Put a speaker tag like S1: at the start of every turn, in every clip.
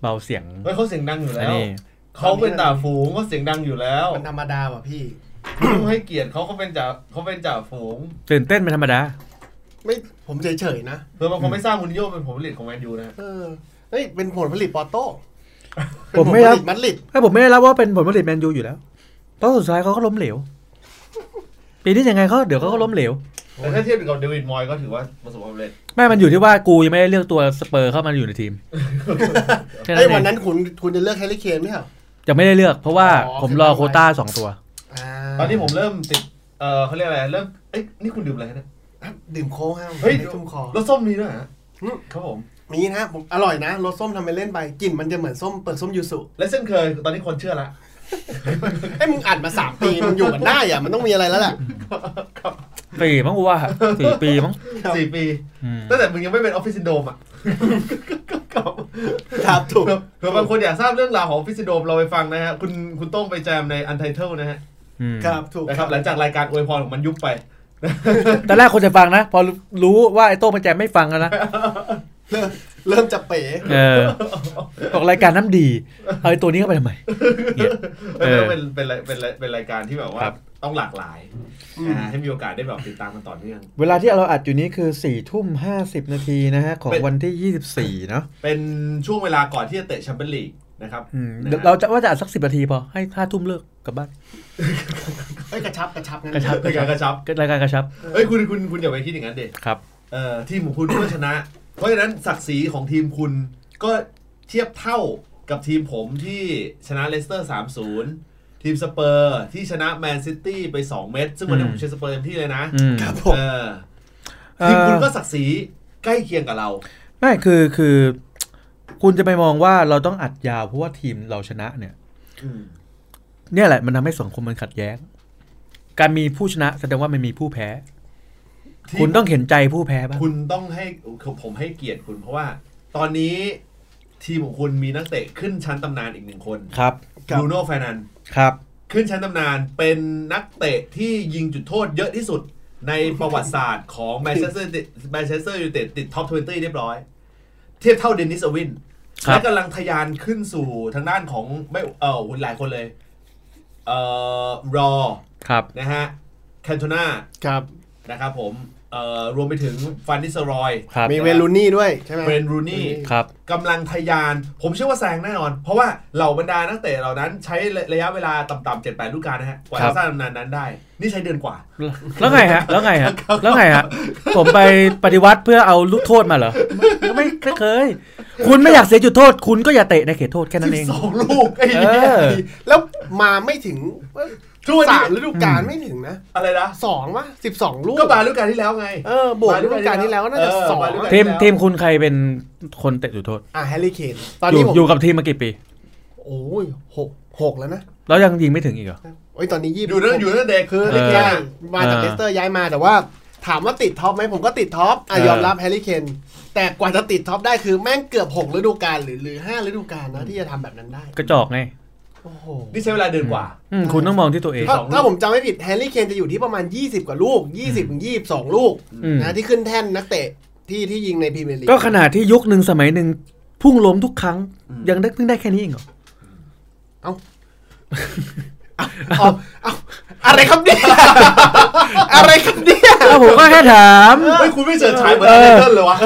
S1: เบาเสียง
S2: เฮ้ยเขาเสียงดังอยู่
S1: อัน
S2: แล้ว
S1: นี้
S2: เขาเป็นจ่าฝูงเขาเสียงดังอยู่แล้ว
S3: มันธรรมดาว่ะพี่
S2: ต้องให้เกียรติเขาเขาเป็นจ่าเขาเป็นจ่าฝูง
S1: ตื่นเต้นเป็นธรรมดา
S3: ไม่ผมเฉยๆนะ
S2: เพื่อบางคนไม่ทราบมูนิโยเป็นผลผลิตของแมนยูนะฮะ
S3: เออเฮ้ยเป็นผลผลิตปอร์โต้
S1: ผมไม่รับ
S3: เป็นผลผลิตมัดลิด
S1: ถ้าผมไม่ได้รับว่าเป็นผลผลิตแมนยูอยู่แล้วเพราะสุดท้ายเขาก็ล้มเหลว ปีนี้ยังไงเขาเดี๋ยวเขาก็ล้มเหลว
S2: แต่ถ้าเทียบกับเดวิดมอยส์ก็ถือว่าประสบความสำเร็จ
S1: ไม่มันอยู่ที่ว่ากูยังไม่ได้เลือกตัวสเปอร์เข้ามาอยู่ในทีมแค่นั้
S3: ไอ้ย
S1: นเอ
S3: วัน
S1: ง
S3: นั้นคุณคุณจะเลือกแฮร์รี่เคนไหมครับ
S1: ยังไม่ได้เลือก เพราะว่า
S3: อ๋อ
S1: ผมรอโควต้าสองตัว
S3: อ่า
S2: ตอนนี้ผมเริ่มติดเออเขาเรียกอะไรเริ่มเอ้ยนี่คุณดื่มอะไรนะ
S3: ดื่มโค้กฮะ
S2: เฮ้ย
S3: ไม่ชุ่มคอ
S2: รสส้มมีด้วยเหรอฮะ
S3: อืม
S2: ครับผม
S3: มีนะผมอร่อยนะรสส้มทำไปเล่นไปกลิ่นมันจะเหมือนส้มเปิดส้มยูสุ
S2: และเช่นเคยตอนนี้คนเชื่อ ละ
S3: ไอ้ยมึงอัดมาสามปีมันอยู่กันได้อะมันต้องมีอะไรแล้วแหละ
S1: ปีมั้งกูว่าสี่ปีมั้ง
S2: สี่ปี
S1: อืม
S2: ตั้งแต่มึงยังไม่เป็นออฟฟิศซินโด มอ่ะครับ
S3: ครับถูก
S2: เผื่อบางคนอยากทราบเรื่องราวของออฟฟิศซินโดมเราไปฟังนะฮะคุณคุณโต้องไปแจมในอันไทเทิลนะฮะ
S1: อืม
S3: ครับถูก
S2: นะครับหลังจากรายการอวยพรของมันยุบไป
S1: แต่แรกคนจะฟังนะ พอรู้ว่าไอ้โต้งไปแจมไม่ฟังกันนะ
S3: เริ่มเริ่มจะเป๋
S1: เออบอกรายการน้ำดีเอาไอ้ตัวนี้เข้าไปทำไมเนี่ย
S2: เออ
S1: เออ
S2: เป็นเป็นรายเป็นรายเป็นรายการที่แบบว่า
S1: ครับ
S2: ต้องหลากหลาย
S3: อืม
S2: นะฮะให้มีโอกาสได้แบบติดตามกันต่อเนื่อง
S1: เวลาที่เราอัดอยู่นี้คือ4ี่ทุ่มห้าสิบนาทีนะฮะ ของ
S2: เป็น
S1: วันที่ 24 เนาะ
S2: เป็นช่วงเวลาก่อนที่จะเตะแชมเปี้ยนลีกนะครับ
S1: อืม
S2: นะ
S1: เดี๋ยว
S2: ฮะ
S1: เราจะว่าจะอัดสักสิบนาทีพอ ให้ห้าทุ่มเลิกกลับบ้าน
S3: เอ้ยกระชับกระชับงั้น
S1: กระชับ
S2: เป็นการกระชับ
S1: รายการกระชับ
S2: เอ้ยคุณคุณคุณอย่าไปคิดอย่างนั้นเด็
S1: ครับ
S2: เอ่อทีมของคุณก็ชนะ เพราะฉะนั้นศักดิ์ศรีของทีมคุณก็เทียบเท่ากับทีมผมที่ชนะเลสเตอร์ 3-0 ทีมสเปอร์ที่ชนะแมนซิตี้ไป 2 เม็ดซึ่งวันนี้
S1: อืม
S2: ผมเชียร์สเปอร์เต็มที่เลยนะ
S1: อืม
S3: ครับผม
S2: เออทีมคุณก็ศักดิ์ศรีใกล้เคียงกับเรา
S1: ไม่คือคือ คุณจะไปมองว่าเราต้องอัดยาวเพราะว่าทีมเราชนะเนี่ย
S2: อืม
S1: เนี่ยแหละมันทำให้สังคมมันขัดแย้ง การมีผู้ชนะแสดงว่ามันมีผู้แพ้
S2: ที่
S1: คุณต้องเห็นใจผู้แพ้บ้าง
S2: คุณต้องให้ผมให้เกียรติคุณเพราะว่า ตอนนี้ทีมของคุณมีนักเตะขึ้นชั้นตำนานอีกหนึ่งคน
S1: ครับ
S3: ครับ
S2: บรูโน่เฟร์นันเดส
S1: ครับ
S2: ขึ้นชั้นตำนานเป็นนักเตะที่ยิงจุดโทษเยอะที่สุดในประวัติศาสตร์ของแมนเชสเตอร์แมนเชสเตอร์ยูไนเต็ดติดท็อป 20 เรียบร้อย เทียบเท่าเดนิสอวิน
S1: ครับ
S2: และกำลังทะยานขึ้นสู่ทางด้านของไม่เออหลายคนเลย เอ่อ รอ
S1: ครับ
S2: นะฮะ แคนโทนา
S3: ครับ
S2: นะครับผม เอ่อ รวมไปถึงฟันนิสรอย
S1: ครับ
S3: มีเวลูนี่ด้วยใช่ไหม
S2: เบรนรูนี่
S1: ครับ
S2: กำลังทะยาน ผมเชื่อว่าแซงแน่นอน เพราะว่าเหล่าบรรดานักเตะเหล่านั้นใช้ระยะเวลาต่ำๆเจ็ดแปดฤดูกาลนะฮะ กว่าจะสร้างตำนานนั้นได้ นี่ใช้เดือนกว่า
S1: แล้วไงฮะ แล้วไงฮะ แล้วไงฮะ ผมไปปฏิวัติเพื่อเอาลูกโทษมาเหรอไม่ไม่เคย คุณไม่อยากเสียจุดโทษ คุณก็อย่าเตะในเขตโทษแค่นั้นเอง
S2: สองลูกไอ้
S1: เอ
S2: เหี้ย
S1: อ
S3: แล้วมาไม่ถึงเอ้ย
S2: ทุกวัน
S3: สา
S2: นี้
S3: มฤดูกาลไม่ถึงนะ
S2: อะไรนะ
S3: สองวะสิบสองลูก
S2: ก็มาฤดูกาลที่แล้วไง
S3: เออบวกฤดูกาลที่แล้วก็น่าจะ
S2: เออ
S3: สอง
S2: มาฤดูกาล
S1: ทีมทีมคุณใครเป็นคนเตะจุดโทษ
S3: อ่ะแฮร์รี่เคนตอน
S1: อยู่
S3: นี้ผม
S1: อยู่กับทีมมากี่ปี
S3: โอ้ยหกหกแล้วนะ
S1: แล้วยังยิงไม่ถึงอีกเหรอ
S3: โอ้ยตอนนี้ยี่สิบ
S2: อยู่ตั้งอยู่ตั้งแต่เด็ก
S3: คือ
S1: เออ
S3: แค่มาจากเลสเตอร์ย้ายมาแต่ว่า ถามว่าติดท็อปไหมผมก็ติดท็อปอ่ะ
S1: เออ
S3: ยอมรับแฮร์รี่เคนแต่กว่าจะติดท็อปได้คือแม่งเกือบหกฤดูกาลหรือหรือห้าฤดูกาลนะที่จะทำแบบนั้นได้
S1: กระจอกไง
S3: โอ้โห
S2: นี่ใช้เวลาเดือนกว่า
S1: อืมคุณต้องมองที่ตัวเอง
S3: ถ้า
S2: สองลูก
S3: ถ้าผมจำไม่ผิดแฮร์รี่เคนจะอยู่ที่ประมาณ 20 กว่าลูก 20ถึง22 ลูก
S1: อืม
S3: นะที่ขึ้นแท่นนักเตะที่ที่ยิงในพรีเมียร์ลีก
S1: ก็ขนาดที่ยุคหนึ่งสมัยหนึ่งพุ่งล้มทุกครั้ง ยังได้เพิ่งได้แค่นี้เองเหรอ
S3: เอาเอาอะไรครับเนี่ย อะไรครับเนี่ย
S1: อ้าวผมก็แค่ถาม
S2: เฮ้ยคุณไม่เจอชายเหมือนไอ้เดนเทิลเลยวะ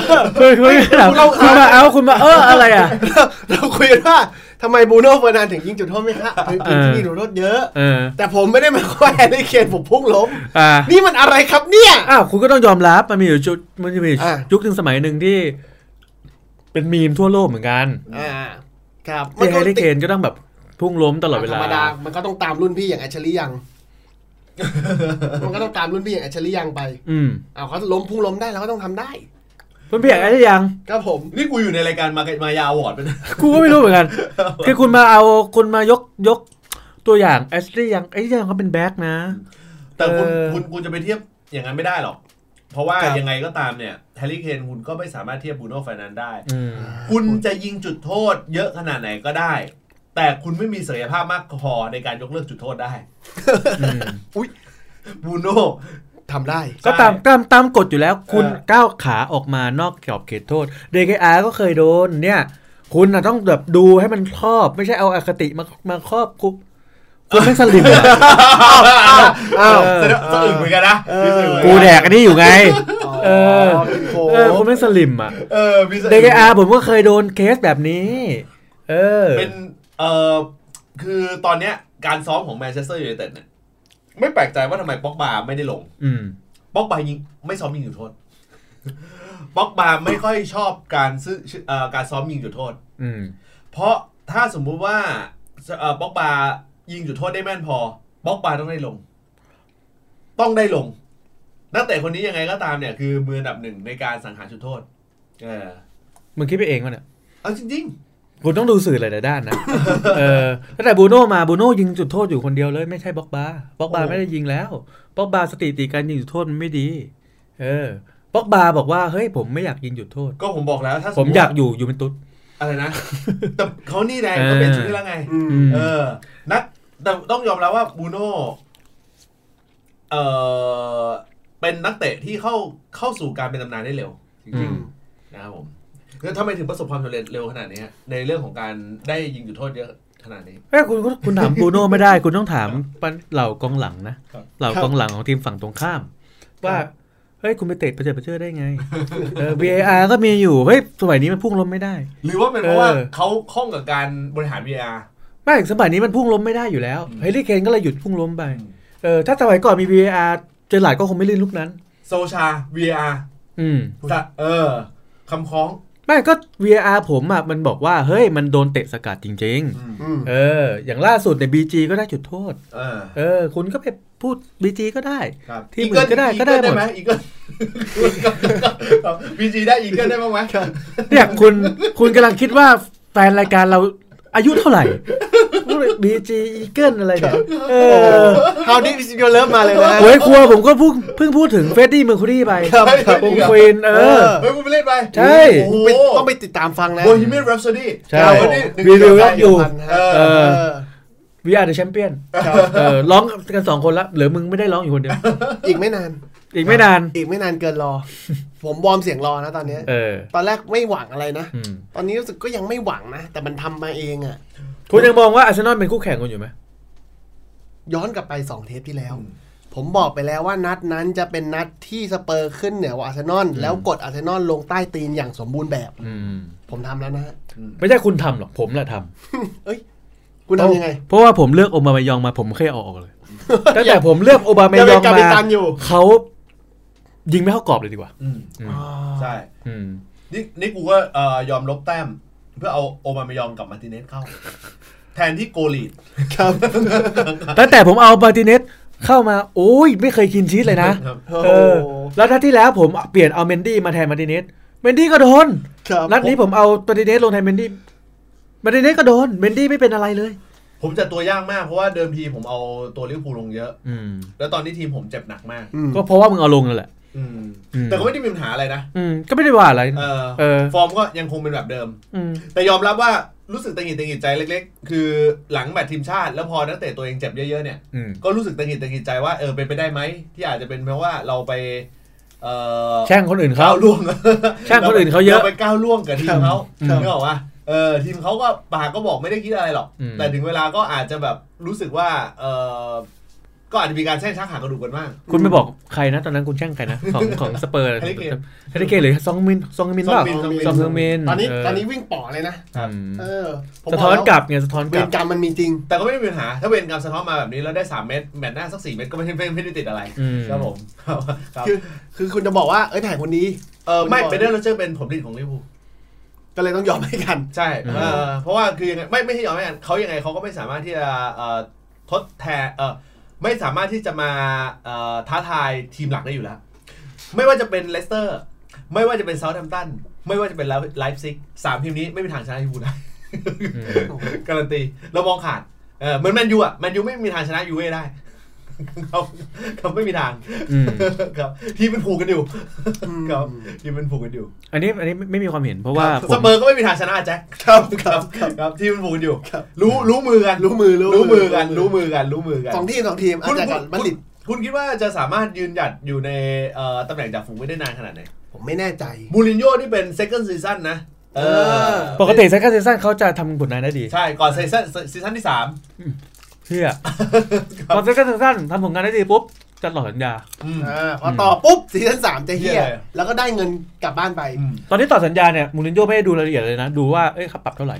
S1: คุณคุณแค่ถามคุณมาเอาคุณมาเอ ออะไรอ่ะ
S3: เราเราคุยกันว่าทำไมบรูโน่เฟอร์นันด์ถึงยิงจุดโทษไม่คะถึงถึงที่ยิงจุดโทษเยอะ
S1: เออ
S3: แต่ผมไม่ได้หมายความว่าแฮร์รี่เคนผมพุ่งล้ม
S1: อ่า
S3: นี่มันอะไรครับเนี่ย
S1: อ้าวคุณก็ต้องยอมรับมันมีอยู่จุดมันมีอยู่
S3: อ่ะ
S1: ยุคหนึ่งสมัยหนึ่งที่ เป็นมีมทั่วโลกเหมือนกัน
S3: อ่าครับ
S1: ที่แฮร์รี่
S3: ติ
S1: เคนก็ต้องแบบพุ่งล้มตลอดเว
S3: ธร
S1: ลาร
S3: มดามันก็ต้องตามรุ่นพี่อย่างแอชลียัง มันก็ต้องตามรุ่นพี่อย่างแอชลียังไป
S1: อืม
S3: เอาเขาล้มพุ่งล้มได้เราก็ต้องทำได้
S1: เพื่อนเพียงอะไรยัง
S3: ครับผม
S2: นี่กูอยู่ในรายการมามายาอวอร์ดไปนะ
S1: กูก็ไม่รู้เหมือนกัน คือคุณมาเอาคุณมายกยกตัวอย่างแอชลียังไอ้ยังเขาเป็นแบ็คนะ
S2: แต่คุณ
S1: เออ
S2: คุณคุณจะไปเทียบอย่างนั้นไม่ได้หรอก เพราะว่า
S3: ครับ
S2: ยังไงก็ตามเนี่ยแฮร์รี่เคนคุณก็ไม่สามารถเทียบบูโน่เฟร์นันเดสได้
S1: อืม
S2: คุณจะยิงจุดโทษเยอะขนาดไหนก็ได้ แต่คุณไม่มีศักยภาพมากพอในการยกเลิกจุดโทษได้ บูโน่
S3: ทำได้
S1: ก็ตามตามตามกฎอยู่แล้วคุณ
S2: เออ
S1: ก้าวขาออกมานอกขอบเขตโทษ เดกอาก็เคยโดนเนี่ย คุณน่ะต้องแบบดูให้มันครอบ ไม่ใช่เอาอคติมามาครอบคุณคุณไม่สลิม อะ
S2: อ้าวสะดุ้งสะอึกเหมือนกันนะมีสะอึเหมือนน
S1: กูแดกอันนี้อยู่ไง เออ
S3: โ
S1: เออคุณไม่สลิมอ่ะ
S2: เออมีสะ
S1: เด
S2: อึก
S1: กอาผมก็เคยโดนเคสแบบนี้ เออ
S2: เป็นเออคือตอนเนี้ยการซ้อมของแมนเชสเตอร์ยูไนเต็ดเนี่ยไม่แปลกใจว่าทำไมป๊อกบาไม่ได้ลง
S1: อืม
S2: ป๊อกบายิงไม่ซ้อมยิงจุดโทษ ป๊อกบาไม่ค่อยชอบการซื้อเอ่อการซ้อมยิงจุดโทษ
S1: อืม
S2: เพราะถ้าสมมุติว่าเอ่อป๊อกบายิงจุดโทษได้แม่นพอป๊อกบาต้องได้ลง ต้องได้ลง นักเตะคนนี้ยังไงก็ตามเนี่ยคือมืออันดับหนึ่งในการสังหารจุดโทษ เออ
S1: มึงคิดไปเองวะเนี่ย
S2: เอาจริง
S1: คุณต้องดูสื่อหลายๆด้านนะ เออตั้งแต่บูโน่มาบูโน่ยิงจุดโทษอยู่คนเดียวเลยไม่ใช่บล็อกบาร์บล็อกบาร์ไม่ได้ยิงแล้วบล็อกบาร์สถิติการยิงจุดโทษมันไม่ดี เออบล็อกบาร์บอกว่าเฮ้ยผมไม่อยากยิงจุดโทษ
S2: ๆ ก็ผมบอกแล้ว ถ้าส
S1: ผม
S2: ติ
S1: อยากอยู่อยู่เป็นตุ๊ด
S2: อะไรนะ แต่เขานี่แดงก็เป็นชื่อแล้วไง
S3: อืม
S1: ม
S2: เออ นักแต่ต้องยอมรับว่าบูโน่ เออเป็นนักเตะที่เข้าเข้าสู่การเป็นตำนานได้เร็ว จ
S1: อื
S2: ริง
S1: ม
S2: ๆนะครับผมแล้วทำไมถึงประสบความสำเร็จเร็วขนาดนี้ฮะในเรื่องของการได้ยิงจุดโทษเยอะขนาดนี้
S1: เอ้ยคุณคุณคุณถามบูโน่ไม่ได้ คุณต้องถามปันเหล่ากองหลังนะครับ เหล่ากองหลังของทีมฝั่งตรงข้าม ว่าเฮ้ยคุณไปเตะประเจิดประเจิดได้ไงเออ VAR ก็มีอยู่เฮ้ยสมัยนี้มันพุ่งล้มไม่ได้
S2: หรือว่าเป็นเพราะว่า
S1: เออ
S2: เขาข้องกับการบริหาร VR
S1: ไม่สมัยนี้มันพุ่งล้มไม่ได้อยู่แล้วเฮลิเคนก็เลยหยุดพุ่งล้มไป
S2: อืม
S1: เออถ้าสมัยก่อนมี VAR เจอหลายก็คงไม่ลื่นลูกนั้น
S2: โซชา VR
S1: อืม
S2: จะเออคำคล้อง
S1: ไม่ก็ VAR ผมอ่ะมันบอกว่าเฮ้ยมันโดนเตะสกัดจริง
S3: อืม
S1: ๆ เออ อย่างล่าสุดในย BG ก็ได้จุดโทษ
S2: เออ
S1: เออ คุณก็ไปพูด BG ก็ได้
S2: ครับ
S1: ที่เหมือนก็ได้ก็ได้หมด
S2: ไหมอีเกิลบีจีได้อีเกิล ได้บ้างไหม
S1: เนี่ยคุณคุณกำลังคิดว่าแฟนรายการเราอายุเท่าไหร่ BG Eagle อะไรเนี่ยเอ
S3: โอ้โห
S1: อ
S3: How deep is your love มาเลยนะ
S1: โอ้ยครัวผมก็เพิ่งเพิ่งพูดถึงเฟดดี้เมอร์คูรีไป
S3: ครับ
S2: ครับ
S1: วงควีนเออ
S2: เฮ้ยคุณไปเล่นไป
S1: ใช่
S2: โอ้
S3: ไป
S2: โห
S3: ต้องไปติดตามฟังนะ
S2: โบฮีเมียนแรปโซดี้
S1: ใช่
S2: วันนี้
S1: รีวิวยับอยู่
S2: เอ
S1: เอ
S2: อ
S1: อ VR The Champion เออร้องกันสองคนละเหรือมึงไม่ได้ร้องอยู่คน เดียว
S3: อีกไม่นาน
S1: อีกไม่นาน
S3: อีกไม่นานเกินรอ ผมวอร์มเสียงรอนะตอนเนี้ย
S1: เออ
S3: ตอนแรกไม่หวังอะไรนะ
S1: อืม
S3: ตอนนี้รู้สึกก็ยังไม่หวังนะ แต่มันทำมาเองอะ
S1: คุณยังมองว่าอาร์เซนอลเป็นคู่แข่งคุณอยู่ไหม
S3: ย้อนกลับไป 2 เทปที่แล้ว ผมบอกไปแล้วว่านัดนั้นจะเป็นนัดที่สเปอร์ขึ้นเหนือกว่าอาร์เซนอลแล้วกดอาร์เซนอลลงใต้ตีนอย่างสมบูรณ์แบบ
S1: อืม
S3: ผมทำแล้วนะฮะ
S1: ไม่ใช่คุณทำหรอก ผมแหละท
S3: เอ้ย คุณ
S1: ำ
S3: ทำยังไง
S1: เพราะว่าผมเลือกโอบามายองมาผมไม่เคยเอาออก เลย ตั้งแต่ผมเลือกโอบามาย
S3: ยังเป็
S1: อง
S3: นกัป
S1: มา
S3: ตันอยู่
S1: เขายิงไม่เข้ากรอบเลยดีกว่า
S2: อืม
S1: อืม
S3: อ๋อ
S2: ใช่
S1: อืม
S2: นี่นี่กูก็เอ่อยอมลบแต้ม เพื่อเอาโอมาเมยองกับมาร์ติเน สเข้า แทนที่โกลีด
S3: ครับ
S1: ตั้งแต่ผมเอามาร์ติเนสเข้ามา โอ้ย ไม่เคยกินชีสเลยนะ
S2: ครับ
S1: เออ แล้วทัดที่แล้วผมเปลี่ยนเอาเมนดี้มาแทนมาร์ติเนสเมนดี้ก็โดน
S3: ครับ
S1: นัดนี้ผมเอามาร์ติเนสลงแทนเมนดี้มาร์ติเนสก็โดน เมนดี้ไม่เป็นอะไรเลย
S2: ผมจะตัวยากมากเพราะว่าเดิมทีผมเอาตัวลิเวอร์พูลลงเยอะ
S1: อืม
S2: แล้วตอนนี้ทีมผมเจ็บหนักมาก
S3: อืม
S1: ก็เพราะว่ามึงเอาลงนั่นแหละ
S2: อืม
S1: อืม
S2: แต่ก็ไม่ได้มีปัญหาอะไรนะ
S1: อืม ก็ไม่ได้ว่าอะไร
S2: เออ
S1: เออ
S2: ฟอร์มก็ยังคงเป็นแบบเดิม
S1: อืม
S2: แต่ยอมรับว่ารู้สึกตังหิดตังหิดใจเล็ก ๆ คือหลังแมตช์ทีมชาติ แล้วพอนักเตะตัวเองเจ็บเยอะๆเนี่ย
S1: อืม
S2: ก็รู้สึกตังหิดตังหิดใจว่าเออเป็นไปได้ไหมที่อาจจะเป็นเพราะว่าเราไป เอ่อ
S1: แช่งคนอื่นเขา
S2: ก้าว ล่วง
S1: ช่างคนอื่นเขาเยอะ
S2: รไปก้าวล่วงกับทีมเขา
S1: ครับ
S2: นึกออกปะเออทีมเขาก็ปากก็บอกไม่ได้คิดอะไรหรอก
S1: อืม
S2: แต่ถึงเวลาก็อาจจะแบบรู้สึกว่าเออก็อาจจะมีการแช่งชักหางกระดูกกันบ้าง
S1: คุณไม่บอกใครนะ ตอนนั้นคุณแช่งใครนะ ของของสเปอร์
S2: แฮร์รี่เคน
S1: แฮร์รี่เคนหรือซองมินซองมิน
S2: ซอง
S1: เปล่า
S2: มินซองมิน
S1: ซองมิน
S3: ตอนนี้
S1: เ
S3: ตอนนี้วิ่งป่อเลยนะ
S2: ครับ
S1: อืม
S3: เออผม
S1: สะท้อ
S3: บ
S1: น
S3: แล้ว
S1: กลับไงสะท้อน
S3: เว
S1: กลั
S3: ร
S1: บ
S3: กรรมมันมีจริง
S2: แต่ก็ไม่ได้มีปัญหา ถ้าเวรกรรมสะท้อนมาแบบนี้แล้วได้ 3 เม็ดแมตช์หน้าสัก 4 เม็ดก็ไม่ได้ไม่ไม่ได้ติดอะไร
S1: อืม
S2: ครับผม ครับ
S3: คือคือคุณจะบอกว่าเอ้ยแผนคนนี้
S2: เออไม่เป็นเรื่องเราเจอเป็นผมลิดของลิเวอร์พูล
S3: ก็เลยต้องยอมให้กัน
S2: ใช่เออเพราะว่าคือยังไงไม่ไม่ใช่ยอมให้กันเขายังไงเขาก็ไม่สามารถที่จะเอ่อทดแทนเออไม่สามารถที่จะมาเอ่อท้าทายทีมหลักได้อยู่แล้ว ไม่ว่าจะเป็นเลสเตอร์ ไม่ว่าจะเป็นเซาท์แฮมป์ตัน ไม่ว่าจะเป็นไลฟ์ซิกสามทีมนี้ไม่มีทางชนะลิเวอร์พูลได้ การันตี เรามองขาดเออเหมือนแมนยูอ่ะแมนยูไม่มีทางชนะยูเว่ได้ ครับครับไม่มีทาง
S1: อืม
S2: ครับ ทีมมันผูกกันอยู่
S3: อืม
S2: ครับทีมมันผูกกันอยู่
S1: อันนี้อันนี้ไม่ไม่มีความเห็นเพราะว่าผ
S2: ส
S1: ม
S2: เปอร์ก็ไม่มีทางชนะอะแจ็ค
S3: ครับครับครับ
S2: ครับทีมมันผูกกันอยู่ รู้รู้มือกัน
S3: รู้มือรู้
S2: รู้
S3: มื
S2: มื
S3: อ
S2: อกันรู้มือกันรู้มือกัน
S3: สองทีมสองทีมอาจจะกับบัลลิต
S2: คุณคิดว่าจะสามารถยืนหยัดอยู่ในเอ่อตำแหน่งจ่าฝูงไม่ได้นานขนาดไหน
S3: ผมไม่แน่ใจ
S2: มูรินโญ่นี่เป็น second season นะ เออ
S1: ปกติเซคันด์ซีซั่นเขาจะทำผลงานได้ดี
S2: ใช่ก่อนซีซั่นซีซั่นที่สาม
S1: เชื่อพอเซคันด์ซีซั่นทำผลงานได้ดีปุ๊บจะหล่อสัญญา
S2: อืม
S3: อ่าพอต่อปุ๊บซีซั่นสามจะเฮี
S2: เหี้
S3: ย
S2: ยเลย
S3: แล้วก็ได้เงินกลับบ้านไป
S2: อืม
S1: ตอนที่ต่อสัญญาเนี่ยมูรินโญ่ไม่ได้ดูรายละเอียดเลยนะ ดูว่าเอ้ยค่าปรับเท่าไหร่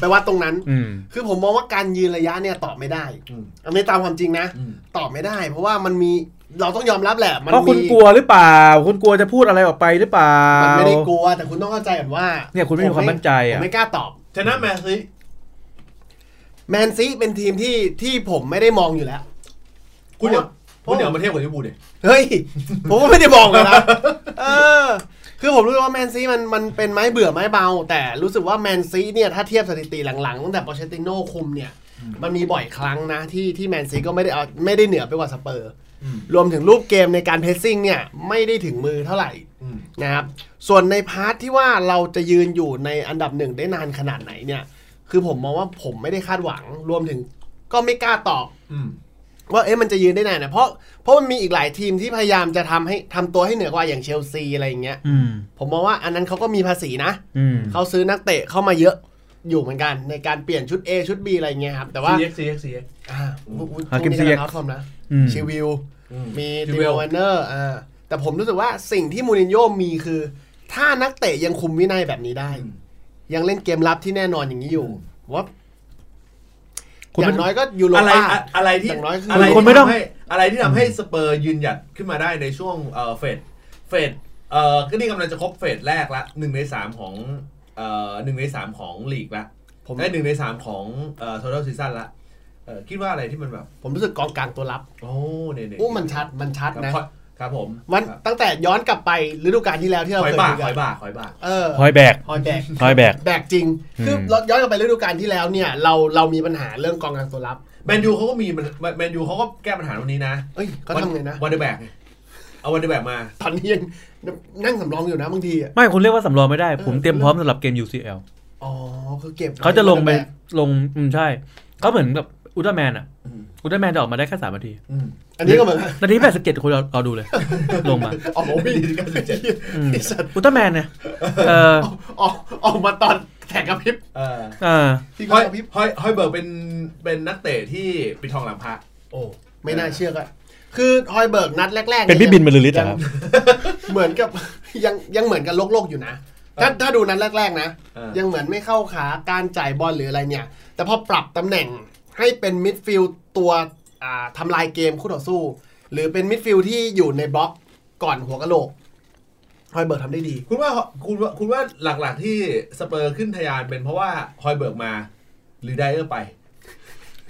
S3: ไปวัดตรงนั้น
S1: อืม
S3: คือผมมองว่าการยืนระยะเนี่ยตอบไม่ได้
S2: อืม
S3: อันนี้ตามความจริงนะ
S2: อืม
S3: ตอบไม่ได้ เพราะว่ามันมีเราต้องยอมรับแหละ มัน
S1: เพราะคุณ
S3: มี
S1: กลัวหรือเปล่า คุณกลัวจะพูดอะไรออกไปหรือเปล่า
S3: มั
S1: มั
S3: นไม่ได้กลัวแต่คุณต้องเข้าใจก่อนว่า
S1: เนี่ยคุณไม่มีความมั่นใจอะ
S3: ผมไม่กล้าตอบ
S2: ชนะแมนซี
S3: แมนซีเป็นทีมที่ที่ผมไม่ได้มองอยู่แล้ว
S2: คุณเดี๋ยว
S3: เพ
S2: คุ
S3: ราะ
S2: ณเดี๋ยวมาเทียบกับลิเวอร์พูลดิ
S3: เฮ้ย ผมก็ไม่ได้บอกเลยนะเออ คือผมรู้สึกว่าแมนซีมันมันเป็นไม้เบื่อไม้เบา แต่รู้สึกว่าแมนซีเนี่ยถ้าเทียบสถิติหลังๆตั้งแต่ปอเชตติโน่คุมเนี่ย มันมีบ่อยครั้งนะที่ที่แมนซีก็ไม่ได้เอาไม่ได้เหนือไปกว่าสเปอร์
S2: อืม
S3: รวมถึงรูปเกมในการเพรสซิ่งเนี่ยไม่ได้ถึงมือเท่าไหร่
S2: อืม
S3: นะครับ ส่วนในพาร์ทที่ว่าเราจะยืนอยู่ในอันดับหนึ่งได้นานขนาดไหนเนี่ย คือผมมองว่าผมไม่ได้คาดหวัง รวมถึงก็ไม่กล้าตอบ
S2: อืม
S3: ว่าเอ๊ะมันจะยืนได้นานนะเพราะเพราะมันมีอีกหลายทีมที่พยายามจะทำให้ทำตัวให้เหนือกว่าอย่างเชลซีอะไรอย่างเงี้ย
S1: อืม
S3: ผมมองว่าอันนั้นเขาก็มีภาษีนะ
S1: อืม
S3: เขาซื้อนักเตะเข้ามาเยอะอยู่เหมือนกันในการเปลี่ยนชุด A ชุด B อะไรอย่างเงี้ยครับแต่ว่า
S2: CX CX CX
S3: อ่า
S1: หา
S3: พ
S1: เก
S3: วก
S1: ม
S3: นี้
S1: เสี
S3: กำ
S1: ย
S3: ลังเอาคอมนะ
S1: อืม
S3: ชิวิล
S2: อืม
S3: มี
S2: ชิ
S3: ติ
S2: วิล
S3: โวนเนอร์อ่าแต่ผมรู้สึกว่าสิ่งที่มูรินโญ่มีคือ ถ้านักเตะยังคุมวินัยแบบนี้ได้ ยังเล่นเกมลับที่แน่นอนอย่างนี้อยู่ว่า
S1: คุณ
S3: อ
S1: เป็น
S3: ย่างน้อยก็ยูโร
S2: อะไร
S3: ป้า
S2: อะอะไรที่
S3: อย่างน้อยคืออ
S2: อะไรที่
S1: คนไม่ต้อง
S2: ทำให้อะไรที่ทำให้สเปอร์ยืนหยัดขึ้นมาได้ในช่วงเอ่อเฟสเฟสเอ่อก็นี่กำลังจะครบเฟสแรกละหนึ่งในสามของเอ่อหนึ่งในสามของลีกละ
S3: ผม
S2: ได้หนึ่งในสามของเอ่อ total season ละเอ่อคิดว่าอะไรที่มันแบบ
S3: ผมรู้สึกกองกลางตัวรับ
S2: โอ้เนี่ยเนี่ย
S3: อู้มันชัดมันชัด
S2: ครับ
S3: นะ
S2: ครับผม
S3: มัน
S2: ครับ
S3: ตั้งแต่ย้อนกลับไปฤดูกาลที่แล้วที่เรา
S2: ค
S3: เค
S2: อย
S3: ย
S2: บ่า
S3: คุ
S2: ค
S3: ยกั
S2: อน ยบ่าคอยบ่า
S3: เออ
S1: คอยแบก
S3: หอยแบก
S1: คอยแบก
S3: แบกจริง
S1: อืม
S3: คือย้อนกลับไปฤดูกาลที่แล้วเนี่ย เราเรามีปัญหาเรื่องกองกลางตัวรับ
S2: แมนยูเขาก็มีมันแมนยูเขาก็แก้ปัญหาตรงนี้นะ
S3: เอ้ยเขาทำไงนะ
S2: วันเดอร์แบกไงเอาวันเดอร์แบกมา
S3: ตอนนี้ยังนั่งสำรองอยู่นะบางทีอะ
S1: ไม่คุณเรียกว่าสำรองไม่ได้
S3: เออ
S1: ผมเตรียมพร้อมสำหรับเกม UCL
S3: อ๋อคือเก็บไว้
S1: เขาจะลงไป
S3: แบก
S1: ลงอืมใช่ เขาเหมือนกับอุลตร้าแมนอ่ะ
S2: อืม
S1: อุลตร้าแมนจะออกมาได้แค่สามนาที
S2: อืม
S3: อันนี้ก็เหมือน
S1: นาทีแปดสิบเจ็ดคนรอรอดูเลย ลงมา
S3: ออกมาวิ่ง
S2: ที่ เก้าสิบเจ็ด
S1: อืม
S3: ไอ้สัตว์
S1: อุลตร้าแมนเนี่ยเออ
S3: ออกออกมาตอนแข่งกระพริบ
S2: เออ
S1: เออ
S3: ที่
S2: ฮ
S3: เขา
S2: อย
S3: กระพริบ
S2: ฮอยฮอยเบิร์กเป็นเป็นนักเตะที่ปิดทองหลังพระ
S3: โอ้ไม่น่าเชื่อก็คือฮอยเบิร์กนัดแรกๆย
S1: เป็นพี่บินบรรลือฤทธิ์เหรอครับ
S3: เหมือนกับ ยังยังเหมือนกับโลกโลกอยู่นะถ้าถ้าดูนั้นแรก ๆ นะ
S2: เออ
S3: ยังเหมือนไม่เข้าขาการจ่ายบอลหรืออะไรเนี่ย แต่พอปรับตำแหน่งให้เป็นมิดฟิลด์ตัวอ่าทำลายเกมคู่ต่อสู้ หรือเป็นมิดฟิลด์ที่อยู่ในบล็อกก่อนหัวกะโหลกฮอยเบิร์กทำได้ดี
S2: คุณว่าคุณว่าคุณว่าหลักๆที่สเปอร์ขึ้นทะยานเป็นเพราะว่าฮอยเบิร์กมา หรือไดเออร์ไป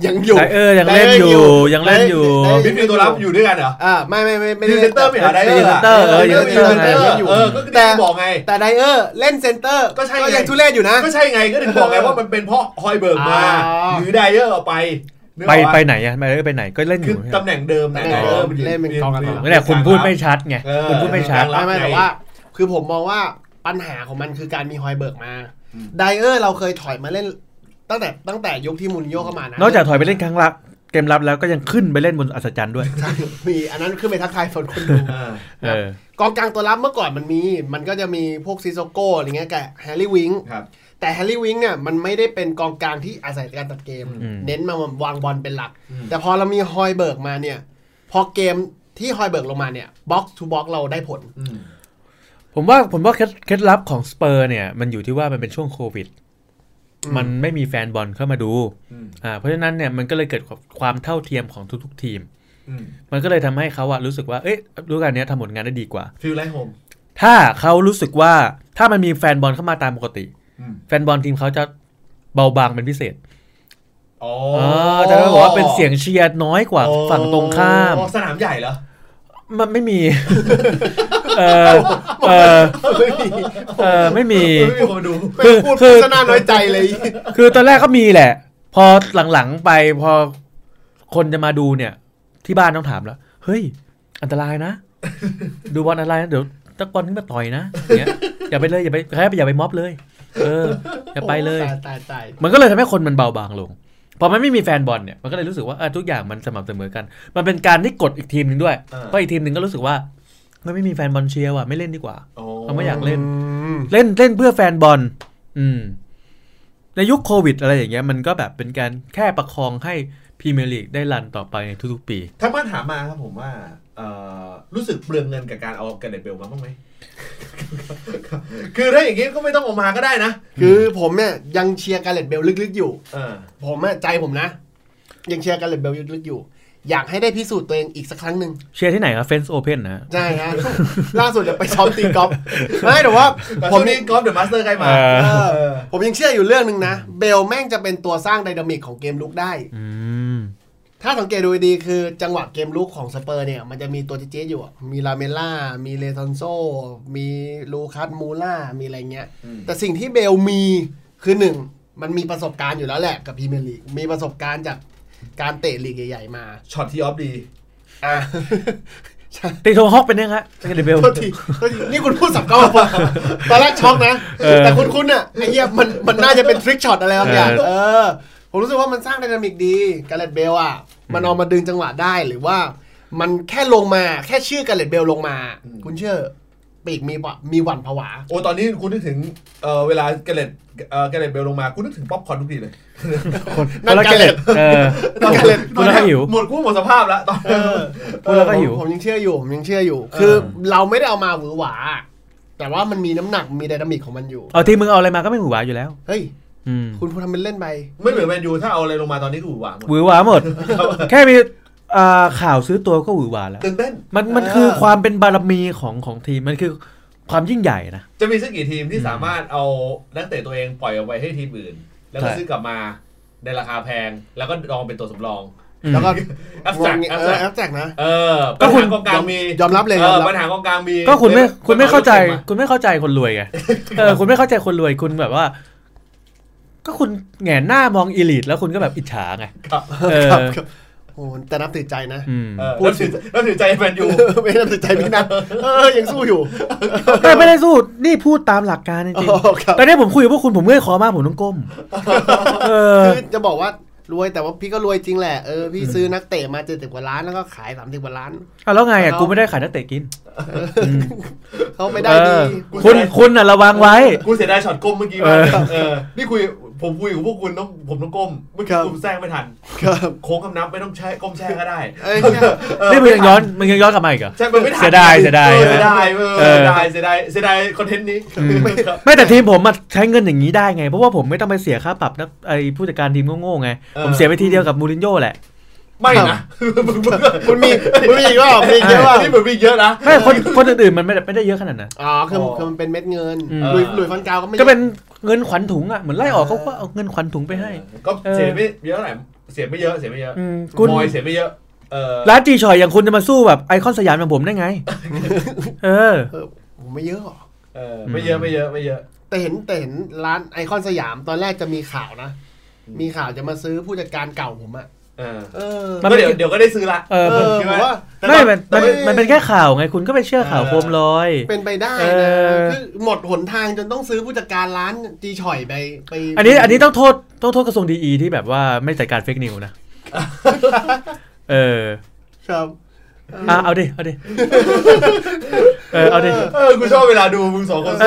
S3: ยังอยู่
S1: ไดเออร์ยังเล่นอยู่ยังเล่นอยู่
S3: ได้
S2: มิดฟิลด์ตัวรับอยู่ด้วยกันเหรอ
S3: อ่าไม่ไม่ไม่ไม่
S2: มิดฟิลด์เซนเตอร์ไม่เหรอไดเออร์อะ
S1: เออเอ
S2: มิ
S1: อ
S2: ดฟิลด์เซนเตอร์
S1: ยังเล่นอยู่
S2: เออก็ที่ผมบอกไง
S3: แต่ไดเออร์เล่นเซนเตอร์
S2: ก็ใช่ไง
S3: ยังทุเรศอยู่นะ
S2: ก็ใช่ไงก็ถึงบอกไงว่ามันเป็นเพราะฮอยเบิร์กมา
S3: อ๋อ
S2: หรือไดเออร์เอาไปนึก
S1: ไป
S2: ออกปะ
S1: ไปไหนอะไปไหนไปไหนก็เล่นอ
S2: คือยู่ ตำแหน่งเดิมเนี่ย
S3: ตำแหน่งเดิม
S2: ออ
S3: เล่นเป็นกองกลาง
S2: ยืน
S1: นี่แหละคุณพูดไม่ชัดไง
S2: เออ
S1: คุณพูดไม่ชัด
S2: รับ
S3: ไม่
S2: ไง
S3: ไม่แต่ว่า คือผมมองว่าปัญหาของมันคือการมีฮอยเบิร์กมา ไดเออร์เราเคยถอยมาเล่น ตั้งแต่ตั้งแต่ยุคที่มูรินโญ่เข้ามานะ
S1: นอกจากถอยไปเล่นครั้งรับเกมรับแล้วก็ยังขึ้นไปเล่นบนอัศจรรย์ ด้วย
S3: ใช่มีอันนั้นขึ้นไปทักทายฝนคนดู
S2: เออ
S1: เออ
S3: กองกลางตัวรับเมื่อก่อนมันมี มันก็จะมีพวกซิโซโก้อะไรเงี้ยกับแฮร์รี่วิง
S2: ครับ
S3: แต่แฮร์รี่วิงเนี่ยมันไม่ได้เป็นกองกลางที่อาศัยการตัดเกม
S1: อืม
S3: เน้นมาวางบอลเป็นหลัก
S2: อืม
S3: แต่พอเรามีฮอยเบิร์กมาเนี่ย พอเกมที่ฮอยเบิร์กลงมาเนี่ยบ็อกซ์ทูบ็อกเราได้ผล
S2: อืม
S1: ผมว่าผมว่าเคล็ดเคล็ดลับของสเปอร์เนี่ย มันอยู่ที่ว่ามันเป็นช่วงโควิด
S3: อืม
S1: มันไม่มีแฟนบอลเข้ามาดู
S2: อืม
S1: อ่าเพราะฉะนั้นเนี่ยมันก็เลยเกิดความเท่าเทียมของทุกๆทีม
S2: อืม
S1: มันก็เลยทำให้เขาอะรู้สึกว่าเอ๊ะรู้การเนี้ยทำผลงานได้ดีกว่า
S2: ฟิลไลท์โฮม
S1: ถ้าเขารู้สึกว่าถ้ามันมีแฟนบอลเข้ามาตามปกติ
S2: อืม
S1: แฟนบอลทีมเขาจะเบาบางเป็นพิเศษ
S2: อ๋อ
S1: เออจะบอกว่าเป็นเสียงเชียร์น้อยกว่าฝั่งตรงข้าม
S2: อ๋อสนามใหญ่เหรอ
S1: มันไม่ มี เออเออ
S3: ไม่มี
S1: เอ อไม่มี
S2: ไม่มีคนมาดู
S3: ไม่
S1: คือ
S3: พูด
S1: คือ
S3: ซะน่าน้อยใจเลย
S1: คือตอนแรกก็มีแหละ พอหลังๆไปพอคนจะมาดูเนี่ย ที่บ้านต้องถามแล้ว เฮ้ย อันตรายนะ ดูบอลอะไรนะเดี๋ยวตะกอนขึ้นมาต่อยนะอย่างเงี้ยอย่าไปเลยอย่าไปแค่อย่าไปม็อบเลย เออ อย่าไปเลย
S3: โอ้ตายตายตาย
S1: มันก็เลยทำให้คนมันเบาบางลง พอมันไม่มีแฟนบอลเนี่ย มันก็เลยรู้สึกว่าเออทุกอย่างมันสม่ำเสมอกัน มันเป็นการที่กดอีกทีมหนึ่งด้วย
S2: อ่า
S1: เพราะอีกทีมหนึ่งก็รู้สึกว่ามันไม่มีแฟนบอลเชียร์ว่ะไม่เล่นดีกว่า
S2: อ๋อ
S1: เขาไม่อยากเล่น
S3: อืม อืม
S1: เล่นเล่นเพื่อแฟนบอล อืม ในยุคโควิดอะไรอย่างเงี้ย มันก็แบบเป็นการแค่ประคองให้พรีเมียร์ลีกได้รันต่อไปในทุกๆปี
S2: ถ้าบ้านถามมาครับผมว่าเอ่อรู้สึกเปลืองเงินกับการเอาแกเนตเบลมาบ้างไหม คือถ้าอย่างงี้ก็ไม่ต้องออกมาก็ได้นะ
S3: คือผมเนี่ยยังเชียร์การเลตเบลลึกๆอยู่
S2: เออ
S3: ผมอะใจผมนะ ยังเชียร์การเลตเบลลึกๆอยู่ อยากให้ได้พิสูจน์ตัวเองอีกสักครั้งหนึ่ง
S1: เชียร์ที่ไหนครับเฟนส์โอเพนนะฮะ
S3: ใช่ ฮะ ล่าสุดจะไปซ้อมตีกอล์ฟไม่แต่ว่า
S2: แต่
S3: ผ
S2: ช่
S3: ม
S2: วงนี้
S3: นี่
S2: กอล์ฟเดอะมาสเตอร์ใกล้มา
S1: เออ
S2: เออ
S3: ผมยังเชื่ออยู่เรื่องหนึ่งนะ เบลแม่งจะเป็นตัวสร้างไดนามิกของเกมลุกได้
S1: อืม
S3: ถ้าสังเกตดูดีๆคือจังหวะเกมลุกของสเปอร์เนี่ย มันจะมีตัวจี๊ดๆอยู่อะมีลาเมล่า มีเลซอนโซ มีลูคัสมูล่า มีอะไรเงี้ย แต่สิ่งที่เบลมีคือหนึ่ง มันมีประสบการณ์อยู่แล้วแหละกับพรีเมียร์ลีก มีประสบการณ์จากการเตะลีกใหญ่ๆมา
S2: ช็อตที่ออฟดี
S3: อ่ะ ใช่
S1: ตีโทฮอกเป็นยังฮะสเกตเบล
S3: โทษทีโทษทีนี่คุณพูดสับเก้ามาตอนแรกช็อกนะ
S1: เออ
S3: แต่คุณคุณอ่ะไอ้เหี้ยมันมันน่าจะเป็นทริกช็อตอะไรบางอย่าง
S1: เออ
S3: เออ ผมรู้สึกว่ามันสร้างไดนามิกดีการเลตเบลอ่ะ มันเอามาดึงจังหวะได้หรือว่า มันแค่ลงมาแค่ชื่อการเลตเบลลงมา คุณเชื่อ ปีกมีบ่มีหวั่นผวา
S2: โอ้ตอนนี้คุณนึกถึงเอ่อเวลาแกเนตเอ่อแกเนตเบลลงมาคุณนึกถึงป๊อปคอร์นทุกทีเลย
S1: คน
S3: นั่น
S1: ละ
S3: การเล่น
S1: เออ
S3: ต้องการเล่น
S1: พูดแล้วก็หิว
S2: หมดกู้หมดสภาพแล้วตอนนี้
S1: พูดแล้วก็หิว
S3: ผมผมยังเชื่ออยู่ ผมยังเชื่ออยู่ คือเราไม่ได้เอามาหวือหวา แต่ว่ามันมีน้ำหนักมีไดนามิกของมันอยู่
S1: เอาทีมมึงเอาอะไรมาก็ไม่หวือหวาอยู่แล้ว
S3: เฮ้ย
S1: อืม
S3: คุณพูดทำเป็นเล่นไป
S2: ไม่เหมือนแมนยูถ้าเอาอะไรลงมาตอนนี้ก็หวือหวาหมด
S1: หวือหวาหมด แค่มีอ่าข่าวซื้อตัวก็หวือหวาแล้ว
S2: ตื่นเต้น
S1: มันมันคือความเป็นบารมีของของทีม มันคือความยิ่งใหญ่นะ
S2: จะมีสักกี่ทีมที่สามารถเอานักเตะตัวเองปล่อยออกไปให้ทีมอื่น แล้วก็
S1: ใช่
S2: ซื้อกลับมาในราคาแพงแล้วก็ลองเป็นตัวสำรอง
S3: แล้วก็
S2: แอปแจก
S3: งง
S2: แอป
S3: เอ
S2: แจ
S3: อก แอปแจกนะ
S2: เออ
S1: ก็
S2: ปัญ
S1: คุ
S2: หา
S1: ณ
S2: กองกลางมี
S3: ยอมรับเลย
S2: เอย
S3: อ
S2: อ
S3: มรับ
S2: ปัญหากองกลางมี
S1: ก็คุณไม่คุณไม่เข้าใจ
S2: อะ
S1: คุณไม่เข้าใจคนรวยไงเออ คุณไม่เข้าใจคนรวยคุณแบบว่า ก็คุณแหงนหน้ามองอีลิทแล้วคุณก็แบบอิจฉาไง
S2: ครับ
S1: เออ
S3: ครับครับโอ้แต่นับถือใจนะ
S1: อืม
S2: เออ
S3: พู
S2: แล้ว
S3: ดถึ
S2: ถื
S3: ง
S2: อแล้วถือใจแมนยู
S3: ไม่นับถือใจพี่นะเออยังสู้อยู่
S1: แต่ไม่ได้สู้นี่พูดตามหลักการจริง
S3: โอ้ครับ
S1: ๆตอนนี้ผมคุยกับพวกคุณผมเมื่อยคอมากผมต้องก้ม เออ
S3: คือจะบอกว่ารวยแต่ว่าพี่ก็รวยจริงแหละ เออพี่ซื้อนักเตะมาเจ็ดสิบกว่าล้านแล้วก็ขายสามสิบกว่าล้าน
S1: อะแล้วไงอ่ะ
S3: แล้ว
S1: กูไม่ได้ขายนักเตะกิน
S3: เขาไม่ได้
S1: เอ
S3: ดี
S1: อคุณคุณอ่ะระวังไว้
S2: กูเสียดายช็อตก้มเมื่อกี้มากเลยเออนี่คุยผมคุยกับพวกคุณต้องผมต้องก้มเมื่อกี้กูแทรกไม่ทัน
S3: ครับ
S2: โค้งคำนับไม่ต้องแช่ก้มแช่ก็ได้
S3: เอ้ย
S1: นี่มึงยังย้อนมึงยังย้อนกลับมาอีกเหรอ
S2: ใช่มันไม่ทัน
S1: เสียดายเสียดา
S2: อ
S1: ย
S2: อเสียดายเออ
S1: เออ
S2: เสียดายเสียดายเสียดายคอนเทนต์นี้ครับ
S1: ไม่แต่ทีมผมอะใช้เงินอย่างนี้ได้ไง เพราะว่าผมไม่ต้องไปเสียค่าปรับนะไอผู้จัดการทีมโง่ๆไง
S2: เออ
S1: ผมเสียไปทีเดียวกับมูรินโญ่แหละ
S2: ไม่นะ
S3: คุณมีคุณมีอีกเปล่ามีอีกเยอะเปล่า
S2: นี่เหมือนมีเยอะนะ
S1: ไม่คนคนอื่นๆมันไม่ได้ไม่ได้เยอะขนาดนั้น
S3: อ๋อคือ
S2: อ๋อ
S3: คือมันเป็นเม็ดเงิน
S1: อืม
S3: หลุยหลุยฟันกาวก็ไม่
S1: ก็เป็นเงินขวัญถุงอะเหมือนไล่ออกเขาก็เอาเงินขวัญถุงไปให้
S2: ก็เสียไม่เยอะเท่าไหร่เสียไม่เยอะเสียไม่เยอะ
S1: อืมคุณ
S2: บอยเสียไม่เยอะเออ
S1: ร้านจีชอยอย่างคุณจะมาสู้แบบไอคอนสยามอย่างผมได้ไง เออ
S3: เออผมไม่เยอะหรอก
S2: เออไม่เยอะไม่เยอะไม่เยอะ
S3: แต่เห็นแต่เห็นร้านไอคอนสยามตอนแรกจะมีข่าวนะ มีข่าวจะมาซื้อผู้จัดการเก่าผมอะ
S2: เออ
S3: เออ
S1: มัน
S2: ก็เดี๋ยวเดี๋ยวก็ได้ซื้อละ
S1: เออ
S3: เอ
S1: มัน
S3: อ
S2: คิด
S3: ผม
S2: ว่า
S3: ว่า
S1: ไม่มันมั
S3: แต่
S1: น
S3: ว่า
S1: มันเป็นแค่ข่าวไงคุณก็ไปเชื่อข่าวโคมลอย
S3: เป็นไปได้
S1: เอ
S3: นะ
S1: อ
S3: คือหมดหนทางจนต้องซื้อผู้จัดการร้านจีฉ่อยไปไป
S1: อันนี้อันนี้ต้องโทษต้องโทษกระทรวงดีอีที่แบบว่าไม่จัดการเฟกนิวนะ เออ
S3: ครับ
S1: อ่ะเอาดิ เอาดิ เออ เอาดิ
S2: เออกูชอบเวลาดูมึงสองคน
S1: เอ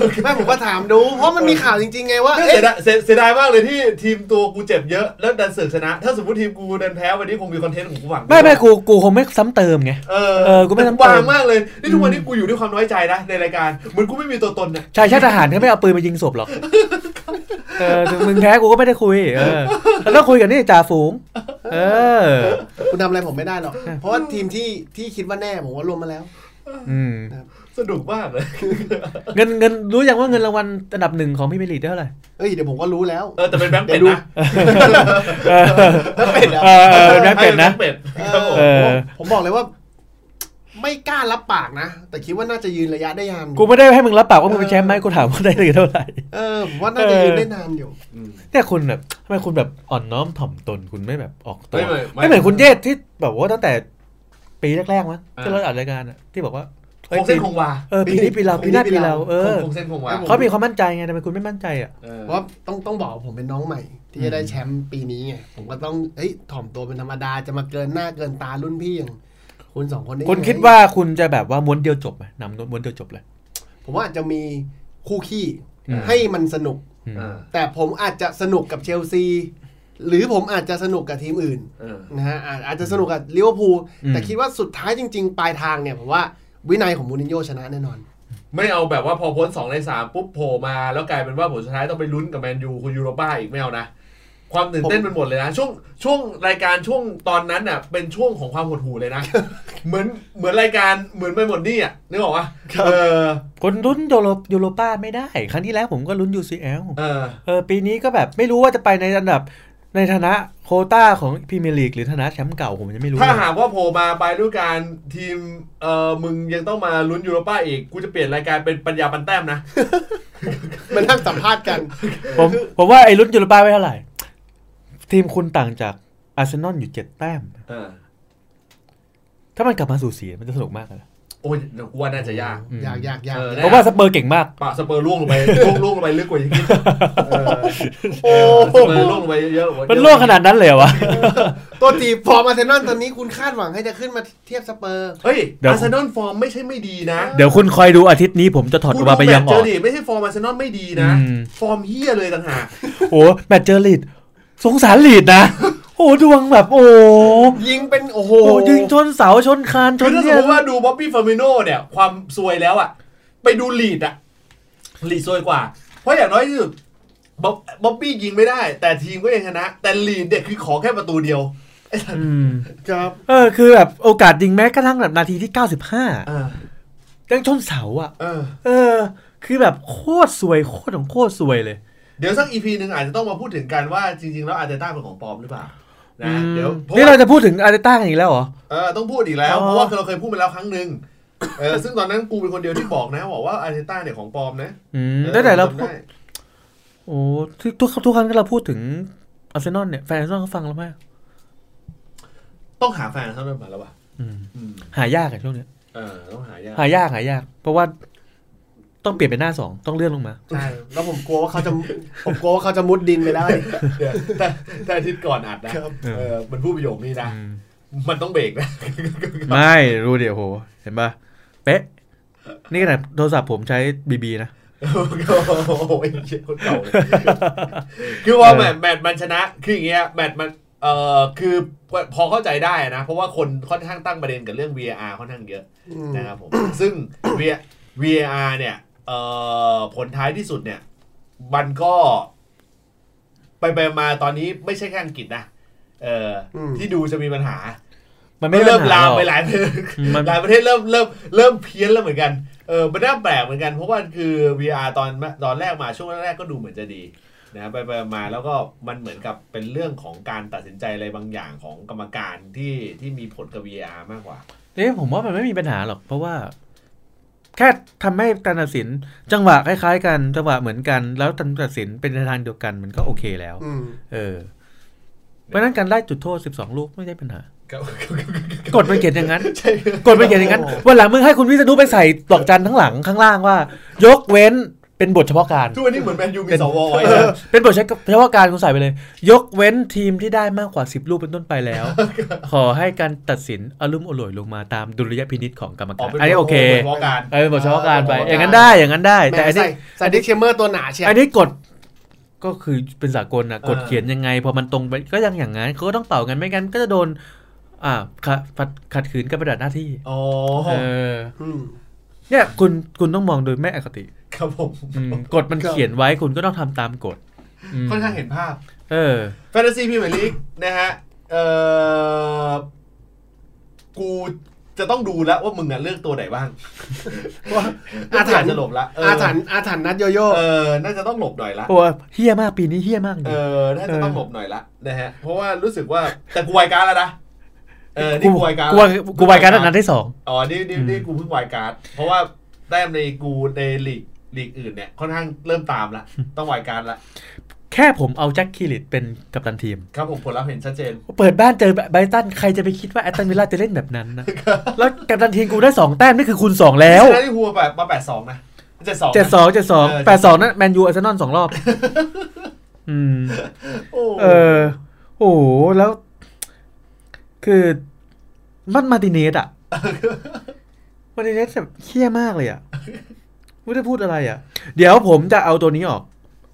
S2: สู้กัน
S1: อ
S3: ไม่ผมก็ถามดู เพราะมันมีข่าวจริงๆไงว่า
S2: เนี่ย
S3: เอ๊ะ
S2: เสียดายเสียเสียดายมากเลยที่ทีมตัวกูเจ็บเยอะแล้วดันเสือกชนะ ถ้าสมมติทีมกูเดินแพ้วันนี้คงมีคอนเทนต์ของกูหวัง
S1: ไม่ไม่กูกูคงไม่ซ้ำเติมไง
S2: เออ
S1: เออกูไม่ทำ
S2: วาง
S1: ตาม
S2: มากเลยนี่ทุกวันนี้กูอยู่ด้วยความน้อยใจนะในรายการเหมือนกูไม่มีตัวตนนะ
S1: ชายชาติทหารก็ไม่เอาปืนมายิงศพหรอก เออถึงมึงแพ้กูก็ไม่ได้คุย เออแล้วก็คุยกันนี่จ่าฝูง เออ
S3: คุณทำอะไรผมไม่ได้หรอก เพราะว่าทีมที่ที่คิดว่าแน่ผมว่ารวมมาแล้ว
S1: อืม
S2: สนุกมากเลย
S1: เงินเงินรู้ยังว่าเงินรางวัลอันดับหนึ่งของพี่เมลิตได้เท่าไหร่
S3: เอ้ยเดี๋ยวผมก็รู้แล้ว
S2: เออแต่เป็นแบงค์เป็ด
S3: เดี๋ยวดู
S2: นะ
S1: เออ
S3: แล้วเป็นเหรอ
S1: เออเออแบงค์เป็ดนะ
S2: ให้เป็
S3: เอ
S2: ครับผม
S1: เอ
S3: อ
S1: อ
S3: ผมบอกเลยว่า ไม่กล้ารับปากนะ แต่คิดว่าน่าจะยืนระยะได้ยามอยู่
S1: กูไม่ได้ให้มึงรับปากว่ามึงเป็นแชมป์ไหมกูถามว่าได้เหลือเท่าไหร่
S3: เออผมว่าน่าจะยืนได้นานอยู่
S1: เนี่ยคุณแบบทำไมคุณแบบอ่อนน้อมถ่อมตนคุณไม่แบบออกตัว
S2: ไม่ไม่
S1: ไม่เหมือนคุณเยศที่แบบว่าตั้งแต่ปีแรกๆมั้ง
S2: า
S1: ที่เราอัดรายการอะที่บอกว่า
S2: ค
S1: เอ้ย
S2: งเส้น
S1: ปี
S2: คงวา
S1: เออปีนี้ปีเราปีหน้าปีเราเออ
S2: คงเส้นคงวา
S3: ผม
S1: เขามีความมั่นใจไงทำไมคุณไม่มั่นใจอ่ะ
S2: เออ
S3: เพราะว่าต้องต้องบอกว่าผมเป็นน้องใหม่ ที่จะได้แชมป์ปีนี้ไงผมก็ต้องเฮ้ยถ่อมตัวเป็นธรรมดาจะมาเกินหน้าเกินตารุ่นพี่อย่างคุณสองคนได้
S1: คุณ
S3: ยังไง
S1: คิดว่าคุณจะแบบว่าม้วนเดียวจบไหมนำม้วนเดียวจบเลย
S3: ผมว่าอาจจะมี คู่ขี้
S1: อืม
S3: ให้มันสนุก
S1: อืม
S2: อ่า
S3: แต่ผมอาจจะสนุกกับเชลซี หรือผมอาจจะสนุกกับทีมอื่น
S2: เออ
S3: นะฮะอาอาจจะสนุกกับลิเวอร์พูล
S1: อืม
S3: แต่คิดว่าสุดท้ายจริง ๆ ปลายทางเนี่ยผมว่าวินัยของมูรินโญ่ชนะแน่นอน
S2: ไม่เอาแบบว่าพอพ้นสองในสามปุ๊บโผล่มาแล้วกลายเป็นว่าผลสุดท้ายต้องไปลุ้นกับแมนยูคุณยูโรป้าอีกไม่เอานะ ความตื่นเต้นเป็นหมดเลยนะ ช่วงช่วงรายการช่วงตอนนั้นน่ะ เป็นช่วงของความหดหู่เลยนะ เหมือนเหมือนรายการเหมือนไปหมดหนี่อ่ะนึกออกปะเออ
S1: คนลุ้นโยโรยูโรป้าไม่ได้ ครั้งที่แล้วผมก็ลุ้น UCL
S2: เออ
S1: เออปีนี้ก็แบบไม่รู้ว่าจะไปในอันดับในฐานะโควต้าของพรีเมียร์ลีกหรือฐานะแชมป์เก่าผมยังไม่รู้
S2: ถ้า
S1: เลย
S2: หากว่าโผล่มาไปด้วยการทีมเออมึงยังต้องมาลุ้นยูโรป้าอีก กูจะเปลี่ยนรายการเป็นปัญญาปันแต้มนะ
S3: มันนั่งสัมภาษณ์กัน
S1: ผมผมว่าไอ้ลุ้นยูโรป้าไม่เท่าไหร่ ทีมคุณต่างจากอาร์เซนอลอยู่เจ็ดแต้ม
S2: เออ
S1: ถ้ามันกลับมาสู่สีมันจะสนุกมากเลยนะ
S2: โอ้ยกูว่าน่าจะยาก
S1: อืม
S3: อยากอยากอยาก
S2: เออ
S1: เพราะว่าสเปอร์เก่งมาก
S2: ปะสเปอร์ล่วง ลงไป ล่วงล่วงลงไปลึกกว่าอย่างนี้เออ
S3: โอ้
S2: สเปอร์ล่วงลงไปเยอะๆกว่า
S1: มันล่วงขนาดนั้นเลยเหรอวะ
S3: ตัวทีมฟอร์มอาร์เซนอลตอนนี้คุณคาดหวังให้จะขึ้นมาเทียบสเปอร์
S2: เฮ้ย
S1: เดี๋ยว
S2: อาร์เซนอลฟอร์มไม่ใช่ไม่ดีนะ
S1: เดี๋ยวคุณคอยดูอาทิตย์นี้ผมจะถอดอ
S2: กู
S1: อก
S2: ดู
S1: มาไป
S2: แม
S1: ยั
S2: ต
S1: ง
S2: ช์
S1: อ
S2: เจ
S1: อ
S2: อก ดิไม่ใช่ฟอร์มอาร์เซนอลไม่ดีนะ
S1: อืม
S2: ฟอร์มเฮียเลยต่างหาก
S1: โอ้แมตช์เจอลีดสงสารลีดนะ โอ้ดวงแบบโอ้
S3: ยิงเป็นโอ้โห
S1: โอ้ยิงชนเสาชนคานช
S2: คือน ถ้าสม
S1: เนี่ย
S2: มติว่าดูบ๊อบบี้ฟาร์มิโน่เนี่ย ความซวยแล้วอะไปดูลีดอะลีดซวยกว่า เพราะอย่างน้อยที่สุดบ๊อบบ๊อบบี้ยิงไม่ได้ แต่ทีมก็ยังชนะ แต่ลีดเด็กคือขอแค่ประตูเดียวไอ้สัตว์
S1: อืม
S3: ครับ
S1: เออคือแบบโอกาสยิงแม้กระทั่งแบบนาทีที่ 95
S2: เออ
S1: ยังชนเสาอ่ะ
S2: เออ
S1: เออ คือแบบโคตรสวยโคตรของโคตรสวยเลย
S2: เดี๋ยวสักอีพีหนึ่งอาจจะต้องมาพูดถึงกันว่าจริง ๆ แล้วอาจจะต้าเป็นของปลอมหรือเปล่านะเดี๋ยวเพราะ
S1: นี่
S2: ว่า
S1: เราจะพูดถึงอาร์เตต้ากันอีกแล้วเหรอ
S2: เออต้องพูดอีกแล้ว
S1: อ๋อ
S2: เพราะว่าเราเคยพูดไปแล้วครั้งหนึ่งเออซึ่งตอนนั้นกูเป็นคนเดียวที่บอกนะ บอกว่าอาร์เตต้าเนี่ยของปลอมนะ
S1: อืม
S2: ออ
S1: ตั้งแต่เราพูด
S2: จำไ
S1: โอ้ทุกทุกทุกครั้งที่เราพูดถึงอาร์เซนอลเนี่ยแฟนอาร์เซนอลเขาฟังแล้วไหม
S2: ต้องหาแฟนเขาเริ่มมาแล้วว่ะ
S1: อืม
S2: อืม
S1: หายากอะช่วงเนี้ย
S2: เออต้องหายาก
S1: หายากหายาก เพราะว่าต้องเปลี่ยนเป็นหน้าสองต้องเลื่อนลงมา
S3: ใช่แล้วผมกลัวว่าเขาจะผมกลัวว่าเขาจะมุดดินไปได้
S2: เดี๋ยวแต่แต่อาทิตย์ก่อนอัดนะครับ เออมันพูดประโยคนี้นะ
S1: อืม
S2: มันต้องเบรก นะ
S1: ไม่รู้เดี๋ยวโห เห็นปะเป๊ะ นี่ขนาดโทรศัพท์ผมใช้บีบีนะ
S2: โอ้ยเชี่ยคนเก่าเลยคือว่าแมตช์แมตช์มันชนะ คืออย่างเงี้ยแมตช์มันเอ่อคือพอเข้าใจได้นะ เพราะว่าคนค่อนข้างตั้งประเด็นกับเรื่อง VAR ค่อนข้างเยอะ
S3: อืม
S2: นะครับผม ซึ่ง VAR VAR เนี่ยเอ่อผลท้ายที่สุดเนี่ย มันก็ไปไปมาตอนนี้ไม่ใช่แค่อังกฤษนะเอออ
S3: ม
S2: ที่ดูจะมีปัญหา
S1: มันไม่
S2: ไม่
S1: ได้
S2: เริ่ม
S1: ปัญห
S2: ลาม
S1: หรอก
S2: ไปหลายประเทศ
S1: มัน
S2: หลายประเทศเริ่มเริ่มเริ่มเพี้ยนแล้วเหมือนกัน เออมันน่าแปลกเหมือนกัน เพราะว่าคือ VR ตอนตอนแรกมาช่วงแรกๆก็ดูเหมือนจะดีนะไปไปมาแล้วก็มันเหมือนกับเป็นเรื่องของการตัดสินใจอะไรบางอย่างของกรรมการที่ที่มีผลกับ VR มากกว่า
S1: เอ๊ะผมว่ามันไม่มีปัญหาหรอก เพราะว่า แค่ทำให้การตัดสิน จังหวะคล้ายๆ กันจังหวะเหมือนกัน แล้วการตัดสินเป็นในทางเดียวกันมันก็โอเคแล้ว
S3: อืม
S1: เออเพราะฉะนั้นการไล่จุดโทษ 12 ลูกไม่ได้ปัญ หา
S2: ครับ
S1: กดมันเขียนอย่างนั้น
S2: ใช่
S1: กดมันเขียนอย่างนั้นวันหลังมึงให้คุณวิษณุไปใส่ดอกจันทั้งหลังข้างล่างว่า ยกเว้นเป็นบทเฉพาะการ
S2: ทุกวันนี้เหมือนแมนยูมี
S1: เป็น
S2: สวไว้
S1: เออ
S2: นะ
S1: เป็นบทเฉพาะการคุณใส่ไปเลย ยกเว้นทีมที่ได้มากกว่า 10 ลูกเป็นต้นไปแล้ว ขอให้การตัดสินอารมณ์อร่วยลงมาตามดุลยพินิจของกรรม
S2: อ
S1: การ
S2: กป็
S1: อันนี้โอเค
S2: นพราะการ
S1: เออเป็นบทเฉพาะการไป อย่างนั้นได้ อย่างนั้นได้ แต่
S3: แต่
S1: อันนี้
S3: ใส่ใส่ดิกเชมเมอร์ตัวหนาเชีย
S1: อันนี้กฎก็คือเป็นสากลนะกฎ
S2: เออ
S1: เขียนยังไง พอมันตรงไปก็ยังอย่างนั้นเขาก็ต้องเป่ากันไม่งั้นก็จะโดน อ่าขัดขัดขัดขืนการปฏิบัติหน้าที่
S2: อ๋อ
S1: เออ
S3: อืม
S1: เนี่ยคุณคุณต้องมองโดยไม่อคติ
S2: ครับผม
S1: อืมกฎมัน
S3: ครับ
S1: เขียนไว้คุณก็ต้องทำตามกฎม
S2: ค่อนข้างเห็นภาพ
S1: เออ
S2: แฟนตาซีพรีเมียร์ลีกนะฮะ เอ่อ กูจะต้องดูแล้วว่ามึงอ่ะเลือกตัวไหนบ้าง ว่าอา
S3: อา
S2: ถร
S3: ถร
S2: ร
S3: รพ์
S2: พ์จะหลบละเ
S3: อาถรรพ์อาถรรพ์นัดโยโย่
S2: เออ น่าจะต้องหลบหน่อยละ
S1: โอ้เฮี้ยมากปีนี้เฮี้ยมากเล
S2: เอย อ น่าจะต้องหลบหน่อยละนะฮะ เพราะว่ารู้สึกว่าแต่กูวายการดแล้วนะ เออ นี่กูวายการด
S1: กูวายกูวายการดนัดที่สอง
S2: อ๋อ นี่นี่นี่กูเพิ่งวายการดเพราะว่าแต้มในกูในลีกลีกอื่นเนี่ยค่อนข้างเริ่มตามละ ต้องวายการดละ
S1: แค่ผมเอาแจ็คคิลิตเป็นกัปตันทีม
S2: ครับผมผลลัพธ์เห็นชัดเจน
S1: เปิดบ้านเจอไบรตันใครจะไปคิดว่าแอตตันวิลล่าจะเล่นแบบนั้นนะ แล้วกัปตันทีมกูได้สองแต้มนี่คือคูณสองแล้ว
S2: ชนะที่หัวแบบมาแปดสองนะเจ็ดสอง
S1: เจ็ดสองเจ็ดสอง
S2: เออ
S1: แปดสองนั่นแมนยูอาร์เซนอลสองรอบ อืม
S2: โอ้
S1: เออ โอ้โห แล้ว คือ มันมาร์ติเนสอะ มาร์ติเนสแบบเฮี้ยมากเลยอะ ไม่ได้พูดอะไรอ่ะ เดี๋ยวผมจะเอาตัวนี้ออก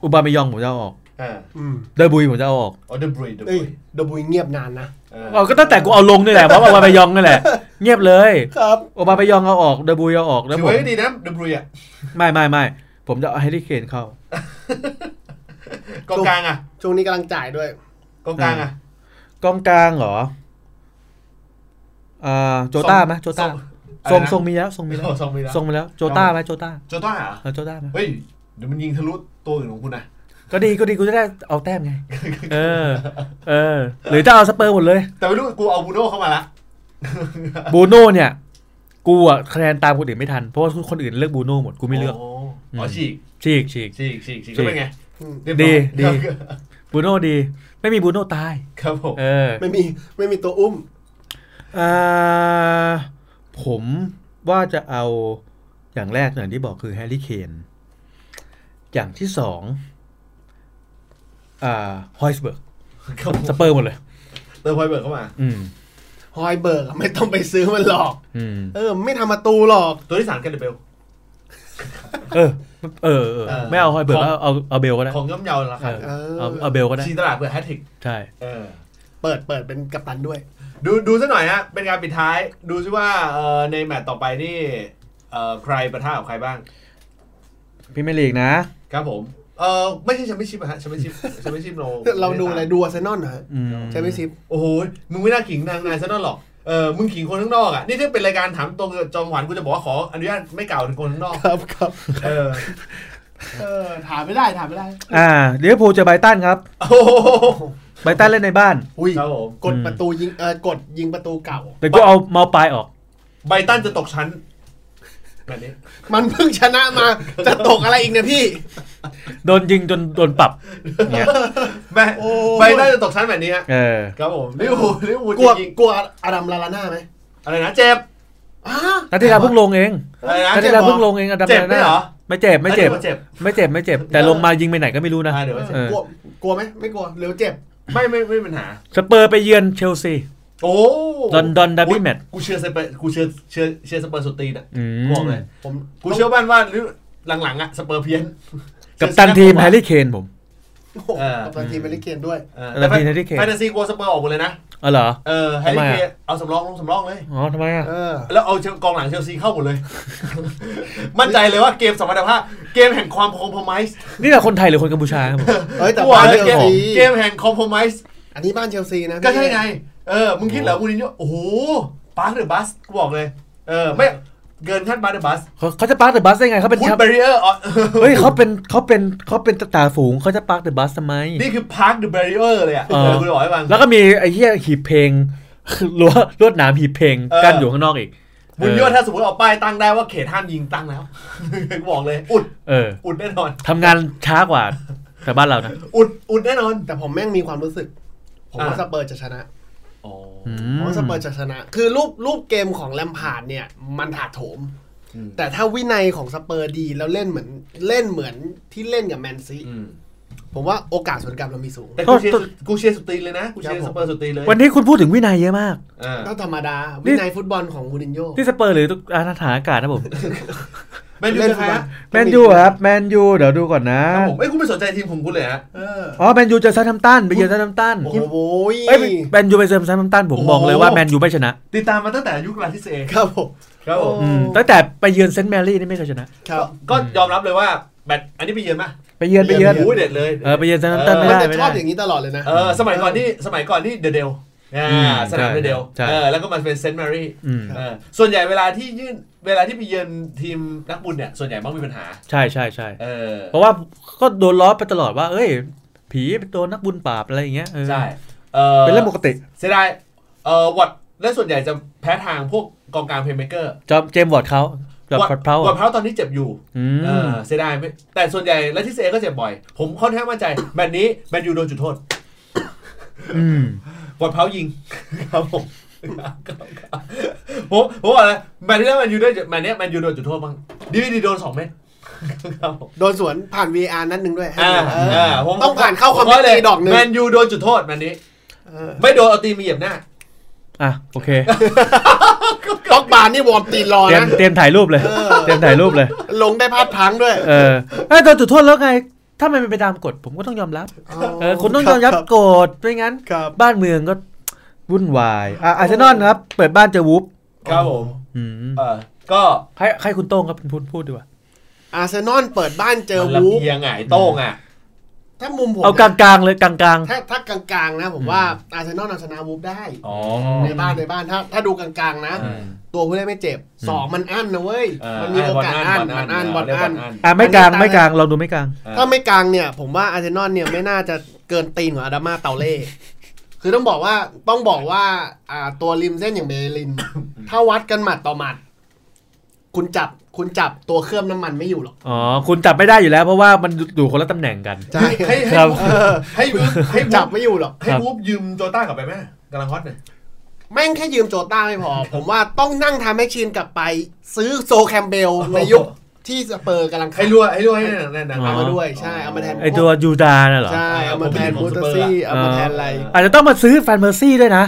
S1: อุบามายองผมจะเอาออก
S2: อ่า
S3: อืม
S1: เดบุยผมจะเอาออก
S2: ออเดอร์บรีด
S3: เอ้ยเดบุยเงียบนานนะ
S1: เอาก็ตั้งแต่กูเอาลงนี่แหละเพราะอุบามายองนี่แหละ เงียบเลย
S3: ครับ
S1: อุบามายองเอาออกเดบุยเอาออกแล้ว
S2: ถื
S1: ผ
S2: อ
S1: ม
S2: ไว้ดีนะเดอร์บรีอ่ะ
S1: ไม่ไม่ไม่ผมจะเอาแฮร์รี่เคนเข้า
S2: กองกลางอ่ะ
S3: ช่วงนี้กำลังจ่ายด้วย
S2: กองกลางอ่ะ
S1: กองกลางเหรออ่าโจต้าไหมโจต้าทรงทรงมีแล้วทรงมีแล้ว
S2: ทรงมีแล้ว
S1: ทรงมีแล้วโจต้าไหมโจต้า
S2: โจต้าเหรอ
S1: เออโจต้าไหม
S2: เฮ้ยเดี๋ยวมันยิงทะลุตัวอื่นของคุณนะ
S1: ก็ดีก็ดีกูจะได้เอาแต้มไง เออ เออ หรือจะเอาสเปอร์หมดเลย
S2: แต่ไม่รู้กูเอาบูโน่เข้ามาละ
S1: บูโน่เนี่ย กูอะคะแนนตามคนอื่นไม่ทัน เพราะว่าคนอื่นเลือกบูโน่หมด กูไม่เลือก
S2: โ
S1: ม
S2: อ๋อฉีก
S1: ฉีกฉีก
S2: ฉีกฉีกฉีกก็
S1: ฉีก
S2: เป็นไง
S3: อืม
S2: เรียบร้อย
S1: ดีดี บูโน่ดี ไม่มีบูโน่ตาย
S2: ครับผม
S1: เออ
S3: ไม่มีไม่มีตัวอุ้ม
S1: อ่าผมว่าจะเอาอย่างแรกอย่างที่บอกคือแฮร์รี่เคน อย่างที่สองอ่าฮอยสเบิร์ก
S2: ครับผม
S1: สเปอร์หมดเลย
S2: เติมไฟเบิร์ดเข้ามา
S1: อืม
S3: ฮอยเบิร์กอะไม่ต้องไปซื้อมันหรอก
S1: อืม
S3: เออ ไม่ทำประตูหรอก
S2: ตัวที่สามแกันเดเบล
S1: เออ เออเออ
S2: เออ
S1: ไม่เอาฮอยเบิร์กเอาเอาเอาเบลก็ได้
S2: ของย่อมเยาราคา
S1: เอ
S3: เอ
S1: อ
S3: อ
S1: เอาเอาเบลก็ได้
S2: ชีตลาดเพื่อแฮตทริก
S1: ใช่
S2: เออ
S3: เปิดเปิดเป็นกัปตันด้วย
S2: ดูดูซะหน่อยฮะ เป็นการปิดท้าย ดูซิว่าเอ่อในแมตตช์ต่อไปนี่เอ่อใครประท่ากับใครบ้าง
S1: พี่เมลีกนะ
S2: ครับผม เออไม่ใช่แชมเปี้ยนชิพฮะแชมเปี้ยนชิพ แชมเปี้ยนชิพโน
S3: เราดูอะไรดูอาร์เซนอลเหรอฮะ
S1: อืม
S3: ใช่ไหมซิป
S2: โอ้โห มึงไม่น่าขิงนางนายซะนั่นหรอก เออ มึงขิงคนข้างนอกอ่ะ นี่ถ้าเป็นรายการถามตรงกับจอมหวานกูจะบอกว่าขออนุญาตไม่กล่าวถึงคนข้างนอก
S3: ครับครับ
S2: เออ
S3: เออถามไม่ได้ถามไม่ได้
S1: อ่าเดี๋ยวพูลเจะไบรตันครับ
S2: โอ้โห
S1: ไบรตันเล่นในบ้าน
S3: อุ้ย
S2: ครับผม
S3: กดประตูยิงเออกดยิงประตูเก่า
S1: แต่ก็เอาเมาปลายออก
S2: ไบรตันจะตกชั้นแบบนี้
S3: มันเพิ่งชนะมา จะตกอะไรอีกเนี่ยพี่
S1: โดนยิงจนโดนปรับเนี่ย
S2: แม่
S3: โอ้
S2: ไบรตันจะตกชั้นแบบนี้ฮะ
S1: เออ
S2: ครับผมลิเวอร์พูลลิเวอร์พูล
S3: กลัว
S2: จะยิง
S3: กลัวอาดัมลาลาน่าไหม
S2: อะไรนะเจ็บ
S3: อ้า
S1: นัดที่เราเพิ่งลงเอง
S2: อะไรนะ
S1: นัด
S2: เจ็
S1: ที่
S2: บเหร
S1: เราเพิ่งล
S2: อ
S1: งเองอันดับ
S2: เจ็บไห
S1: แรก
S2: มเหรอ
S1: ไม่เจ็บไม่เจ็บ
S2: อันนี้ว่าเจ็บ
S1: ไม่เจ็บไม่เจ็บ แต่ลงมายิงไปไหนก็ไม่รู้นะ
S2: อ่าเดี๋ยวว่าเจ็บ
S1: เออ
S3: กลัวกลัวไหมไม่กลัวเหลือเจ็บ
S2: ไม่ไม่ไม่มีปัญหา
S1: สเปอร์ไปเยือนเชลซี
S2: โอ้
S1: ลอนดอน derby
S2: ย
S1: match
S2: กูเชียร์สเปอร์กูเชียร์เชียร์เชียร์สเปอร์สุดตีนอ่ะ
S1: อืม
S2: บอกเลย
S3: ผม
S2: กูเชื่อบ้านว่าลิเวอร์หลังๆอ่ะสเปอร์เพี้ยน
S1: กับตันทีมแฮร์รี่เคนผม
S3: โอ้โหกับบางทีมเป็นลิเกนด้วย
S2: เออ
S1: แล้วทีม Harry Kane
S2: แฟนตาซีกลัวสเปอร์ออกหมดเลยนะ
S1: อ๋อเหรอ
S2: เออแฮร์รี่
S1: ทำไม
S2: เคน
S1: อะ
S2: เอาสำรองลงสำรองเลย
S1: อ๋อทำไมอ่ะ
S3: เออ
S2: แล้วเอาเชิงกองหลังเชลซีเข้าหมด เลย มั่นใจเลยว่าเกมสมรรถภาพเกมแห่งความคอมโพมิส
S1: นี่เราคนไทยหรือคนกัมพูชาครับผม
S3: เอ้ยแต่
S2: ว่า
S3: บ้าน
S2: แล้ว
S3: เชล
S2: เกม
S3: ซี
S2: เกมแห่งคอมโพมิส
S3: อันนี้บ้านเชลซีนะ
S2: ก็ใช่ไง เออ มึงคิดเหรอมูนินโญ่โอ้โหปาร์คเดอะบัสกูบอกเลย เออ ไม่เกินขั้นปาร์คเดอะบัส
S1: เขาเขาจะปาร์คเดอะบัสได้ไงเขาเป็น
S2: พุท
S1: แชมป์
S2: เบรียร์
S1: เฮ้ยเขาเป็นเขาเป็นเขาเป็นจ่าฝูงเขาจะปาร์คเดอะบัสทำไม
S2: นี่คือพาร์คเดอะเบรียร์เลยอ่ะ
S1: เออ
S2: เออกูจะบอกให้ฟัง
S1: แล้วก็มีไอ้เหี้ยหีบเพลง รั้วลวดหนามหีบเพลง
S2: เออ
S1: กั้นอยู่ข้างนอกอีก
S2: มูนินโญ่ถ้าสมมติเอาป้ายตั้งได้ว่าเขตห้ามยิงตั้งแล้ว กู บอกเลย อุด
S1: เออ
S2: อุดแน่นอน
S1: ทำงานช้ากว่าแต่บ้านเรานะ
S2: อุด อุดแน่นอน
S3: แต่ผมแม่งมีความรู้สึก ผมว่า
S2: อ่า
S3: สเปอร์จะชนะ
S2: อ๋อ
S1: อื
S3: ผม มว่าสเปอร์จะชนะ คือรูปรูปเกมของแลมพาร์ดเนี่ย มันถาโถม
S2: อืม
S3: แต่ถ้าวินัยของสเปอร์ดีแล้วเล่นเหมือนเล่นเหมือนที่เล่นกับแมนซี
S2: อืม
S3: ผมว่าโอกาสสวนกลับเรามีสูง
S2: แต่กูเชียร์สุดกูเชียร์สุดตีนเลยนะ กูเชียร์สเปอร์สุดตีนเลย
S1: วันนี้คุณพูดถึงวินัยเยอะมาก
S2: อ่า
S3: ก็ธรรมดา
S1: นี่
S3: วินัยฟุตบอลของมูรินโญ่
S1: ที่สเปอร์หรือทุกอาณาถาอากาศนะผม
S2: แมนยู
S3: เล่น
S2: จะใคร
S3: ฟุตบอล
S2: ฮะ
S1: แมนยูครับแมนยูเดี๋ยวดูก่อนนะ
S2: ครับผมเอ้ยกูไม่สนใจทีมของกูเลยฮะ
S3: เออ
S1: อ๋อแมนยูเจอซันทัมป์ตันไปเยือนซันทัมป์ตัน
S3: โอ้โห
S1: เอ้ยแมนยูไปเจอซันทัมป์ตันผม
S2: โอ้โห
S1: บอกเลยว่าแมนยูไม่ชนะ
S2: ติดตามมาตั้งแต่ยุคลาทิสเอ
S3: ครับผม
S2: ครับผม
S1: อืมตั้งแต่ไปเยือนเซนต์แมรี่นี่ไม่เคยชนะ
S3: ครับ
S2: ก็ยอมรับเลยว่าแบตอันนี้ไปเยือนปะ
S1: ไปเยือนไปเยือน
S2: โอ้ยเด็ดเลย
S1: เออไปเยือนซันทัมป์ตันไม่
S3: มัน
S1: ได้
S3: จะ
S1: ไม่
S3: ช
S1: ได้
S3: อบอย่างนี้ตลอดเลยนะ
S2: เออสมัยก่อนที่สมัยก่อนที่เดเดลอ่า
S1: อืม
S2: สนาม
S1: ใช่
S2: เดเดล
S1: ใช่
S2: เออแล้วก็มาเป็นเซนต์แมรี่
S1: อืม
S2: เออส่วนใหญ่เวลาที่ยื่นเวลาที่ไปเยือนทีมนักบุญเนี่ย ส่วนใหญ่มักมีปัญหา
S1: ใช่ใช่ใช่
S2: เออ
S1: เพราะว่าก็โดนล้อไปตลอดว่า เอ้ย ผีเป็นตัวนักบุญปราบอะไรอย่างเงี้ยเออ
S2: ใช่เออ
S1: เป็นเรื่องปกติ
S2: เสียดายเออวอดและส่วนใหญ่จะแพ้ทางพวกกองกลางเพลย์เมกเกอร์
S1: จอมเจมส์วอร์ดเขาจอมพอดเพลา
S2: วัดเพราตอนนี้เจ็บอยู่
S1: อื
S2: เอ
S1: ม
S2: อเสียดายไม่แต่ส่วนใหญ่และที่เซก็เจ็บบ่อย ผมค่อนข้างมั่นใจแมตช์นี้แมนยูโดนจุดโทษ
S1: อืม
S2: บอลเพายิง ครับผมผมผมบอกเลยแมตช์นี้แล้วแมนยูได้แมตช์เนี้ยแมนยูโดนจุดโทษบ้างดีวีดีโดนสองเม็ด ครับผม
S3: โดนสวนผ่าน VR นัดหนึ่งด้วย
S2: อ่า
S3: เออ
S2: อ่าผม
S3: ต้องผ่านเข้าคอมเมนต์
S2: ผว่
S3: ตีดอกหนึ่ง
S2: แมนยูโดนจุดโทษแมตช์นี้
S3: เออ
S2: ไม่โดนเอาตีมีเหยียบหน้า
S1: อ่ะโอเค
S3: ล็อกบาร์นี่วอร์มตีนรอ
S1: เตรียม
S3: นะ
S1: เตรียมถ่ายรูปเลย เตรียมถ่ายรูปเลย
S3: ลงได้พลาดพลังด้วย
S1: เออไอ้ยตอนจุดโทษแล้วไง ถ้ามันเป็นไปตามกฎผมก็ต้องยอมรับเออคุณต้องยอมรับกฎไม่งั้น
S3: ครับ
S1: บ้านเมืองก็วุ่นวายอ่ะอาร์เซนอลครับ เปิดบ้านเจอวูฟ
S2: ครับผม
S1: อืม
S2: เออก็
S1: ใครใครคุณโต้งครับเป็นพูดพูดดีกว่า
S3: อาร์เซนอลเปิดบ้านเจอ
S2: มัน
S3: วู
S2: ลำ
S3: ฟ
S2: เอียงไงโต้งอ่ะ
S3: ถ้ามุมผม
S1: เอากลางๆเลยกลาง
S3: ถ้าถ้ากลางๆนะผมว่าอาร์เซนอลเอาชนะวูฟได้
S2: อ๋อ
S3: ในบ้านในบ้านถ้าถ้าดูกลางๆนะ
S2: อืม
S3: ตัวผู้เล่นไม่เจ็บสองมันอั้นนะเว้ย
S2: เออ
S3: มันมีโอกาสอั้น
S2: บอลอั้น
S3: มันอั้น
S2: บบ อ
S3: อ
S2: ล
S3: ล
S2: อั้
S3: อั้
S2: น
S3: น
S1: ๆอ่ะไม่กลางไม่กลางลองดูไม่กลาง
S3: ถ้าไม่กลางเนี่ย ผมว่าอาร์เซนอลเนี่ยไม่น่าจะเกินตีนของอาดามาเตาเล่ คือต้องบอกว่าต้องบอกว่าอ่าตัวริมเส้นอย่างเบลิน ถ้าวัดกันหมัดต่อหมัด คุณจับคุณจับตัวเครื่องน้ำมันไม่อยู่หรอก
S1: อ๋อ คุณจับไม่ได้อยู่แล้ว เพราะว่ามันอยู่คนละตำแหน่งกัน
S3: ใช่
S2: ให้ให้
S1: ครับ
S2: เออให้วูฟให้วูฟ
S3: จับไม่อยู่หรอก
S2: ให้วูฟยืมโจต้ากลับไปไหมกำลังฮอตเลย
S3: แม่งแค่ยืมโจต้าไม่พอ ผมว่าต้องนั่งทำให้ชีนกลับไป ซื้อโซแคมเบลในยุคที่สเปอร์กำลัง
S2: ให้
S3: ขาด
S2: รั่วให้รั่วให้นั่นนั่นนะ
S3: เอามาด้วยใช่เอามาแทน
S1: ไอตัวยูดาน่ะเหรอ
S3: ใช่เอามาแทน
S2: ผม
S3: บู
S2: เป็นของส
S3: ตา
S2: เปอร์
S3: ซี่เอามาแทนอะไร
S1: อาจจะต้องมาซื้อแฟนเมอร์ซี่ด้วยนะ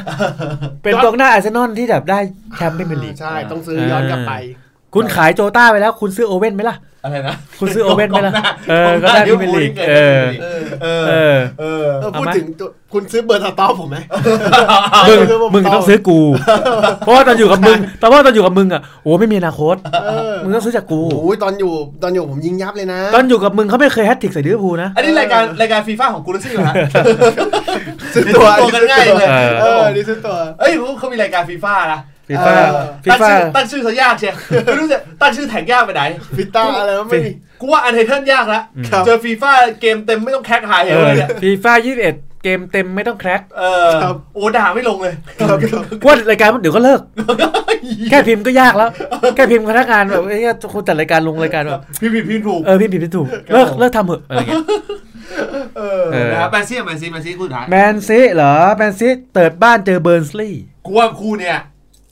S1: เป็นกองหน้าอาร์เซนอลที่แบบได้แชมป์ไม่เป็นลีก
S3: ใช่ต้องซื้อย้อนกลับไป
S1: คุณขายโจต้าไปแล้ว คุณซื้อโอเว่นไหมล่ะ
S2: อะไรนะ
S1: คุณซื้อโอเว่นไหมล่ะ เออก ก็
S2: งห
S1: ได้
S2: น้า
S1: พรีเมียร์ลีก เออ
S2: เออเออ
S1: เออ
S2: เออ
S3: เออ
S1: เอา
S3: พูด
S1: ไหม
S3: ถึงตัวคุณซื้อเบอร์สต๊อปผมไหม
S1: มึง
S3: ซื้อผม
S1: มึง
S3: ต่อ
S1: ต้องซื้อกู เพราะว่าตอนอยู่กับมึงแต่ว่าตอนอยู่กับมึงอ่ะ โอ้ไม่มีอนาคต
S3: เออ
S1: มึงต้องซื้อจากกู
S3: โอ้ยตอนอยู่ตอนอยู่ผมยิงยับเลยนะ
S1: ตอนอยู่กับมึงเขาไม่เคยแฮตทริกใส่ลิเวอร์พูลนะ
S2: อันนี้รายการรายการฟีฟ่าของกูรู้สึกเหรอฮะ
S3: ซื้อตัว
S2: ซื้อตัวกันง่ายเลย
S3: เออนี่ซื้อตัว
S2: เอ้ยเขามีรายการฟีฟ่านะ
S1: ฟีฟ่า
S3: เออ
S1: ฟี
S2: ตั้งชื่
S1: ฟ่า
S2: อตั้งชื่อซะยากเชียว ไม่รู้จะตั้งชื่อแท็กยากไปไหน
S3: ฟิต้าอะไรวะไม่มี
S2: กูว่าอันเทเทิลยากละ
S1: อืม
S2: เจอฟีฟ่าเกมเต็มไม่ต้องแคกหาย
S1: เอ
S2: เล
S1: อย
S2: เนี่ย
S1: ฟีฟ่ายี่สิบเอ็ดเกมเต็มไม่ต้องแคร็ก
S2: เออ
S3: ครับ
S2: โอ้ด่าไม่ลงเลย
S3: ครับครับ
S1: ว่ารายการมันเดี๋ยวก็เลิก แค่พิมพ์ก็ยากแล้ว แค่พิมพ์พนักงานแบบไอ้เหี้ยคนจัดรายการลงรายการแบบ
S2: พี่ผิดพี่ถูก
S1: เออพิมพ์ผิดพิมพ์ถูก เลิกเลิกทำเหอะอะไรเงี้ย
S2: เออ
S1: เออ
S2: นะครับแมนซี่แมนซี่แมนซี่คู่สุดท้าย
S1: แมนซีเหรอ แมนซีเติดบ้านเจอเบิร์นสลีย์
S2: กูว่าคู่เนี่ย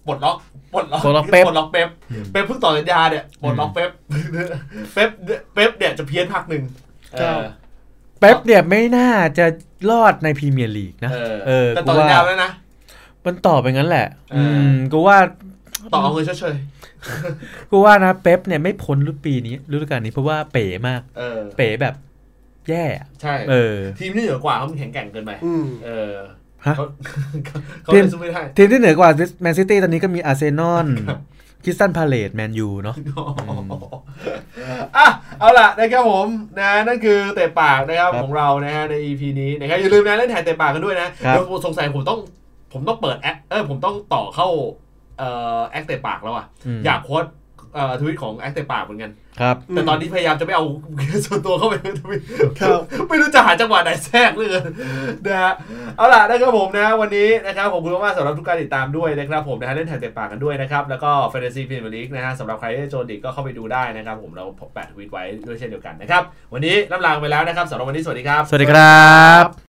S2: ปลดล็อกปลดล็อก
S1: ปลดล็อกเป๊ป
S2: ปลดล็อกเป๊ปเป๊ปเพิ่งต่อสัญญาเนี่ยปลดล็อกเป๊ปเป๊ปเป๊ปเนี่ยจะเพี้ยนพักหนึ่งเออ
S1: เป๊ปเนี่ยไม่น่าจะรอดในพรีเมียร์ลีกนะ
S2: เออ
S1: เออ
S2: แต่
S1: กู
S2: ต่อสัญ
S1: ว่า
S2: ญาไว้แล้วนะ
S1: มันต่อไปงั้นแหละ
S2: เอออื
S1: อืมกูว่า
S2: ต่อเอาเงินชดเชย
S1: กูว่านะเป๊ปเนี่ยไม่พ้นฤดูปีนี้ฤดูกาลนี้เพราะว่าเป๋มาก
S2: เออ
S1: เป๋แบบ แย่
S2: ใช่
S1: เออ
S2: ทีมนี่เหนือกว่าเขามันแข็งแกร่งเกินไป
S3: อืม
S2: เออ
S1: ฮะ
S2: เขา เขาเลยสู้ไม่ได้
S1: ทีมที่เหนือกว่าแมนซิตี้ตอนนี้ก็มีอาร์เซนอลคริสตันพาเลตแมนยูเนาะ
S2: อ่ะเอาล่ะนะครับผมนะนั่นคือเตะปากนะครับ
S1: ครับ
S2: ของเรานะฮะใน EP นี้นะครับอย่าลืมนะเล่นแท็กเตะปากกันด้วยนะครับ เดี๋ยวผมสงสัยผมต้องผมต้องเปิดแอคเออผมต้องต่อเข้าเอ่อแอคเตะปากแล้วอ่ะ
S1: ม
S2: อยากโพสต์เอ่อทวิตของแอคเตะปากเหมือนกัน
S1: ครับ
S2: แต่ตอนนี้พยายามจะไม่เอา ส่วนตัวเข้าไปในทวิต
S3: ครับ
S2: ไม่รู้จะหาจังหวะไหนแทรกเลยนะฮะเอาล่ะนะครับผมนะวันนี้นะครับขอบคุณมากๆสำหรับทุกการติดตามด้วยนะครับผมนะฮะเล่นแท็กเตะปากกันด้วยนะครับ แล้วก็แฟนตาซีพรีเมียร์ลีกนะฮะสำหรับใครที่โจนดิกก็เข้าไปดูได้นะครับผมเราแปะทวิตไว้ด้วยเช่นเดียวกันนะครับ วันนี้ล่ำลาไปแล้วนะครับสำหรับวันนี้สวัสดีครับ
S1: สวัสดีครับ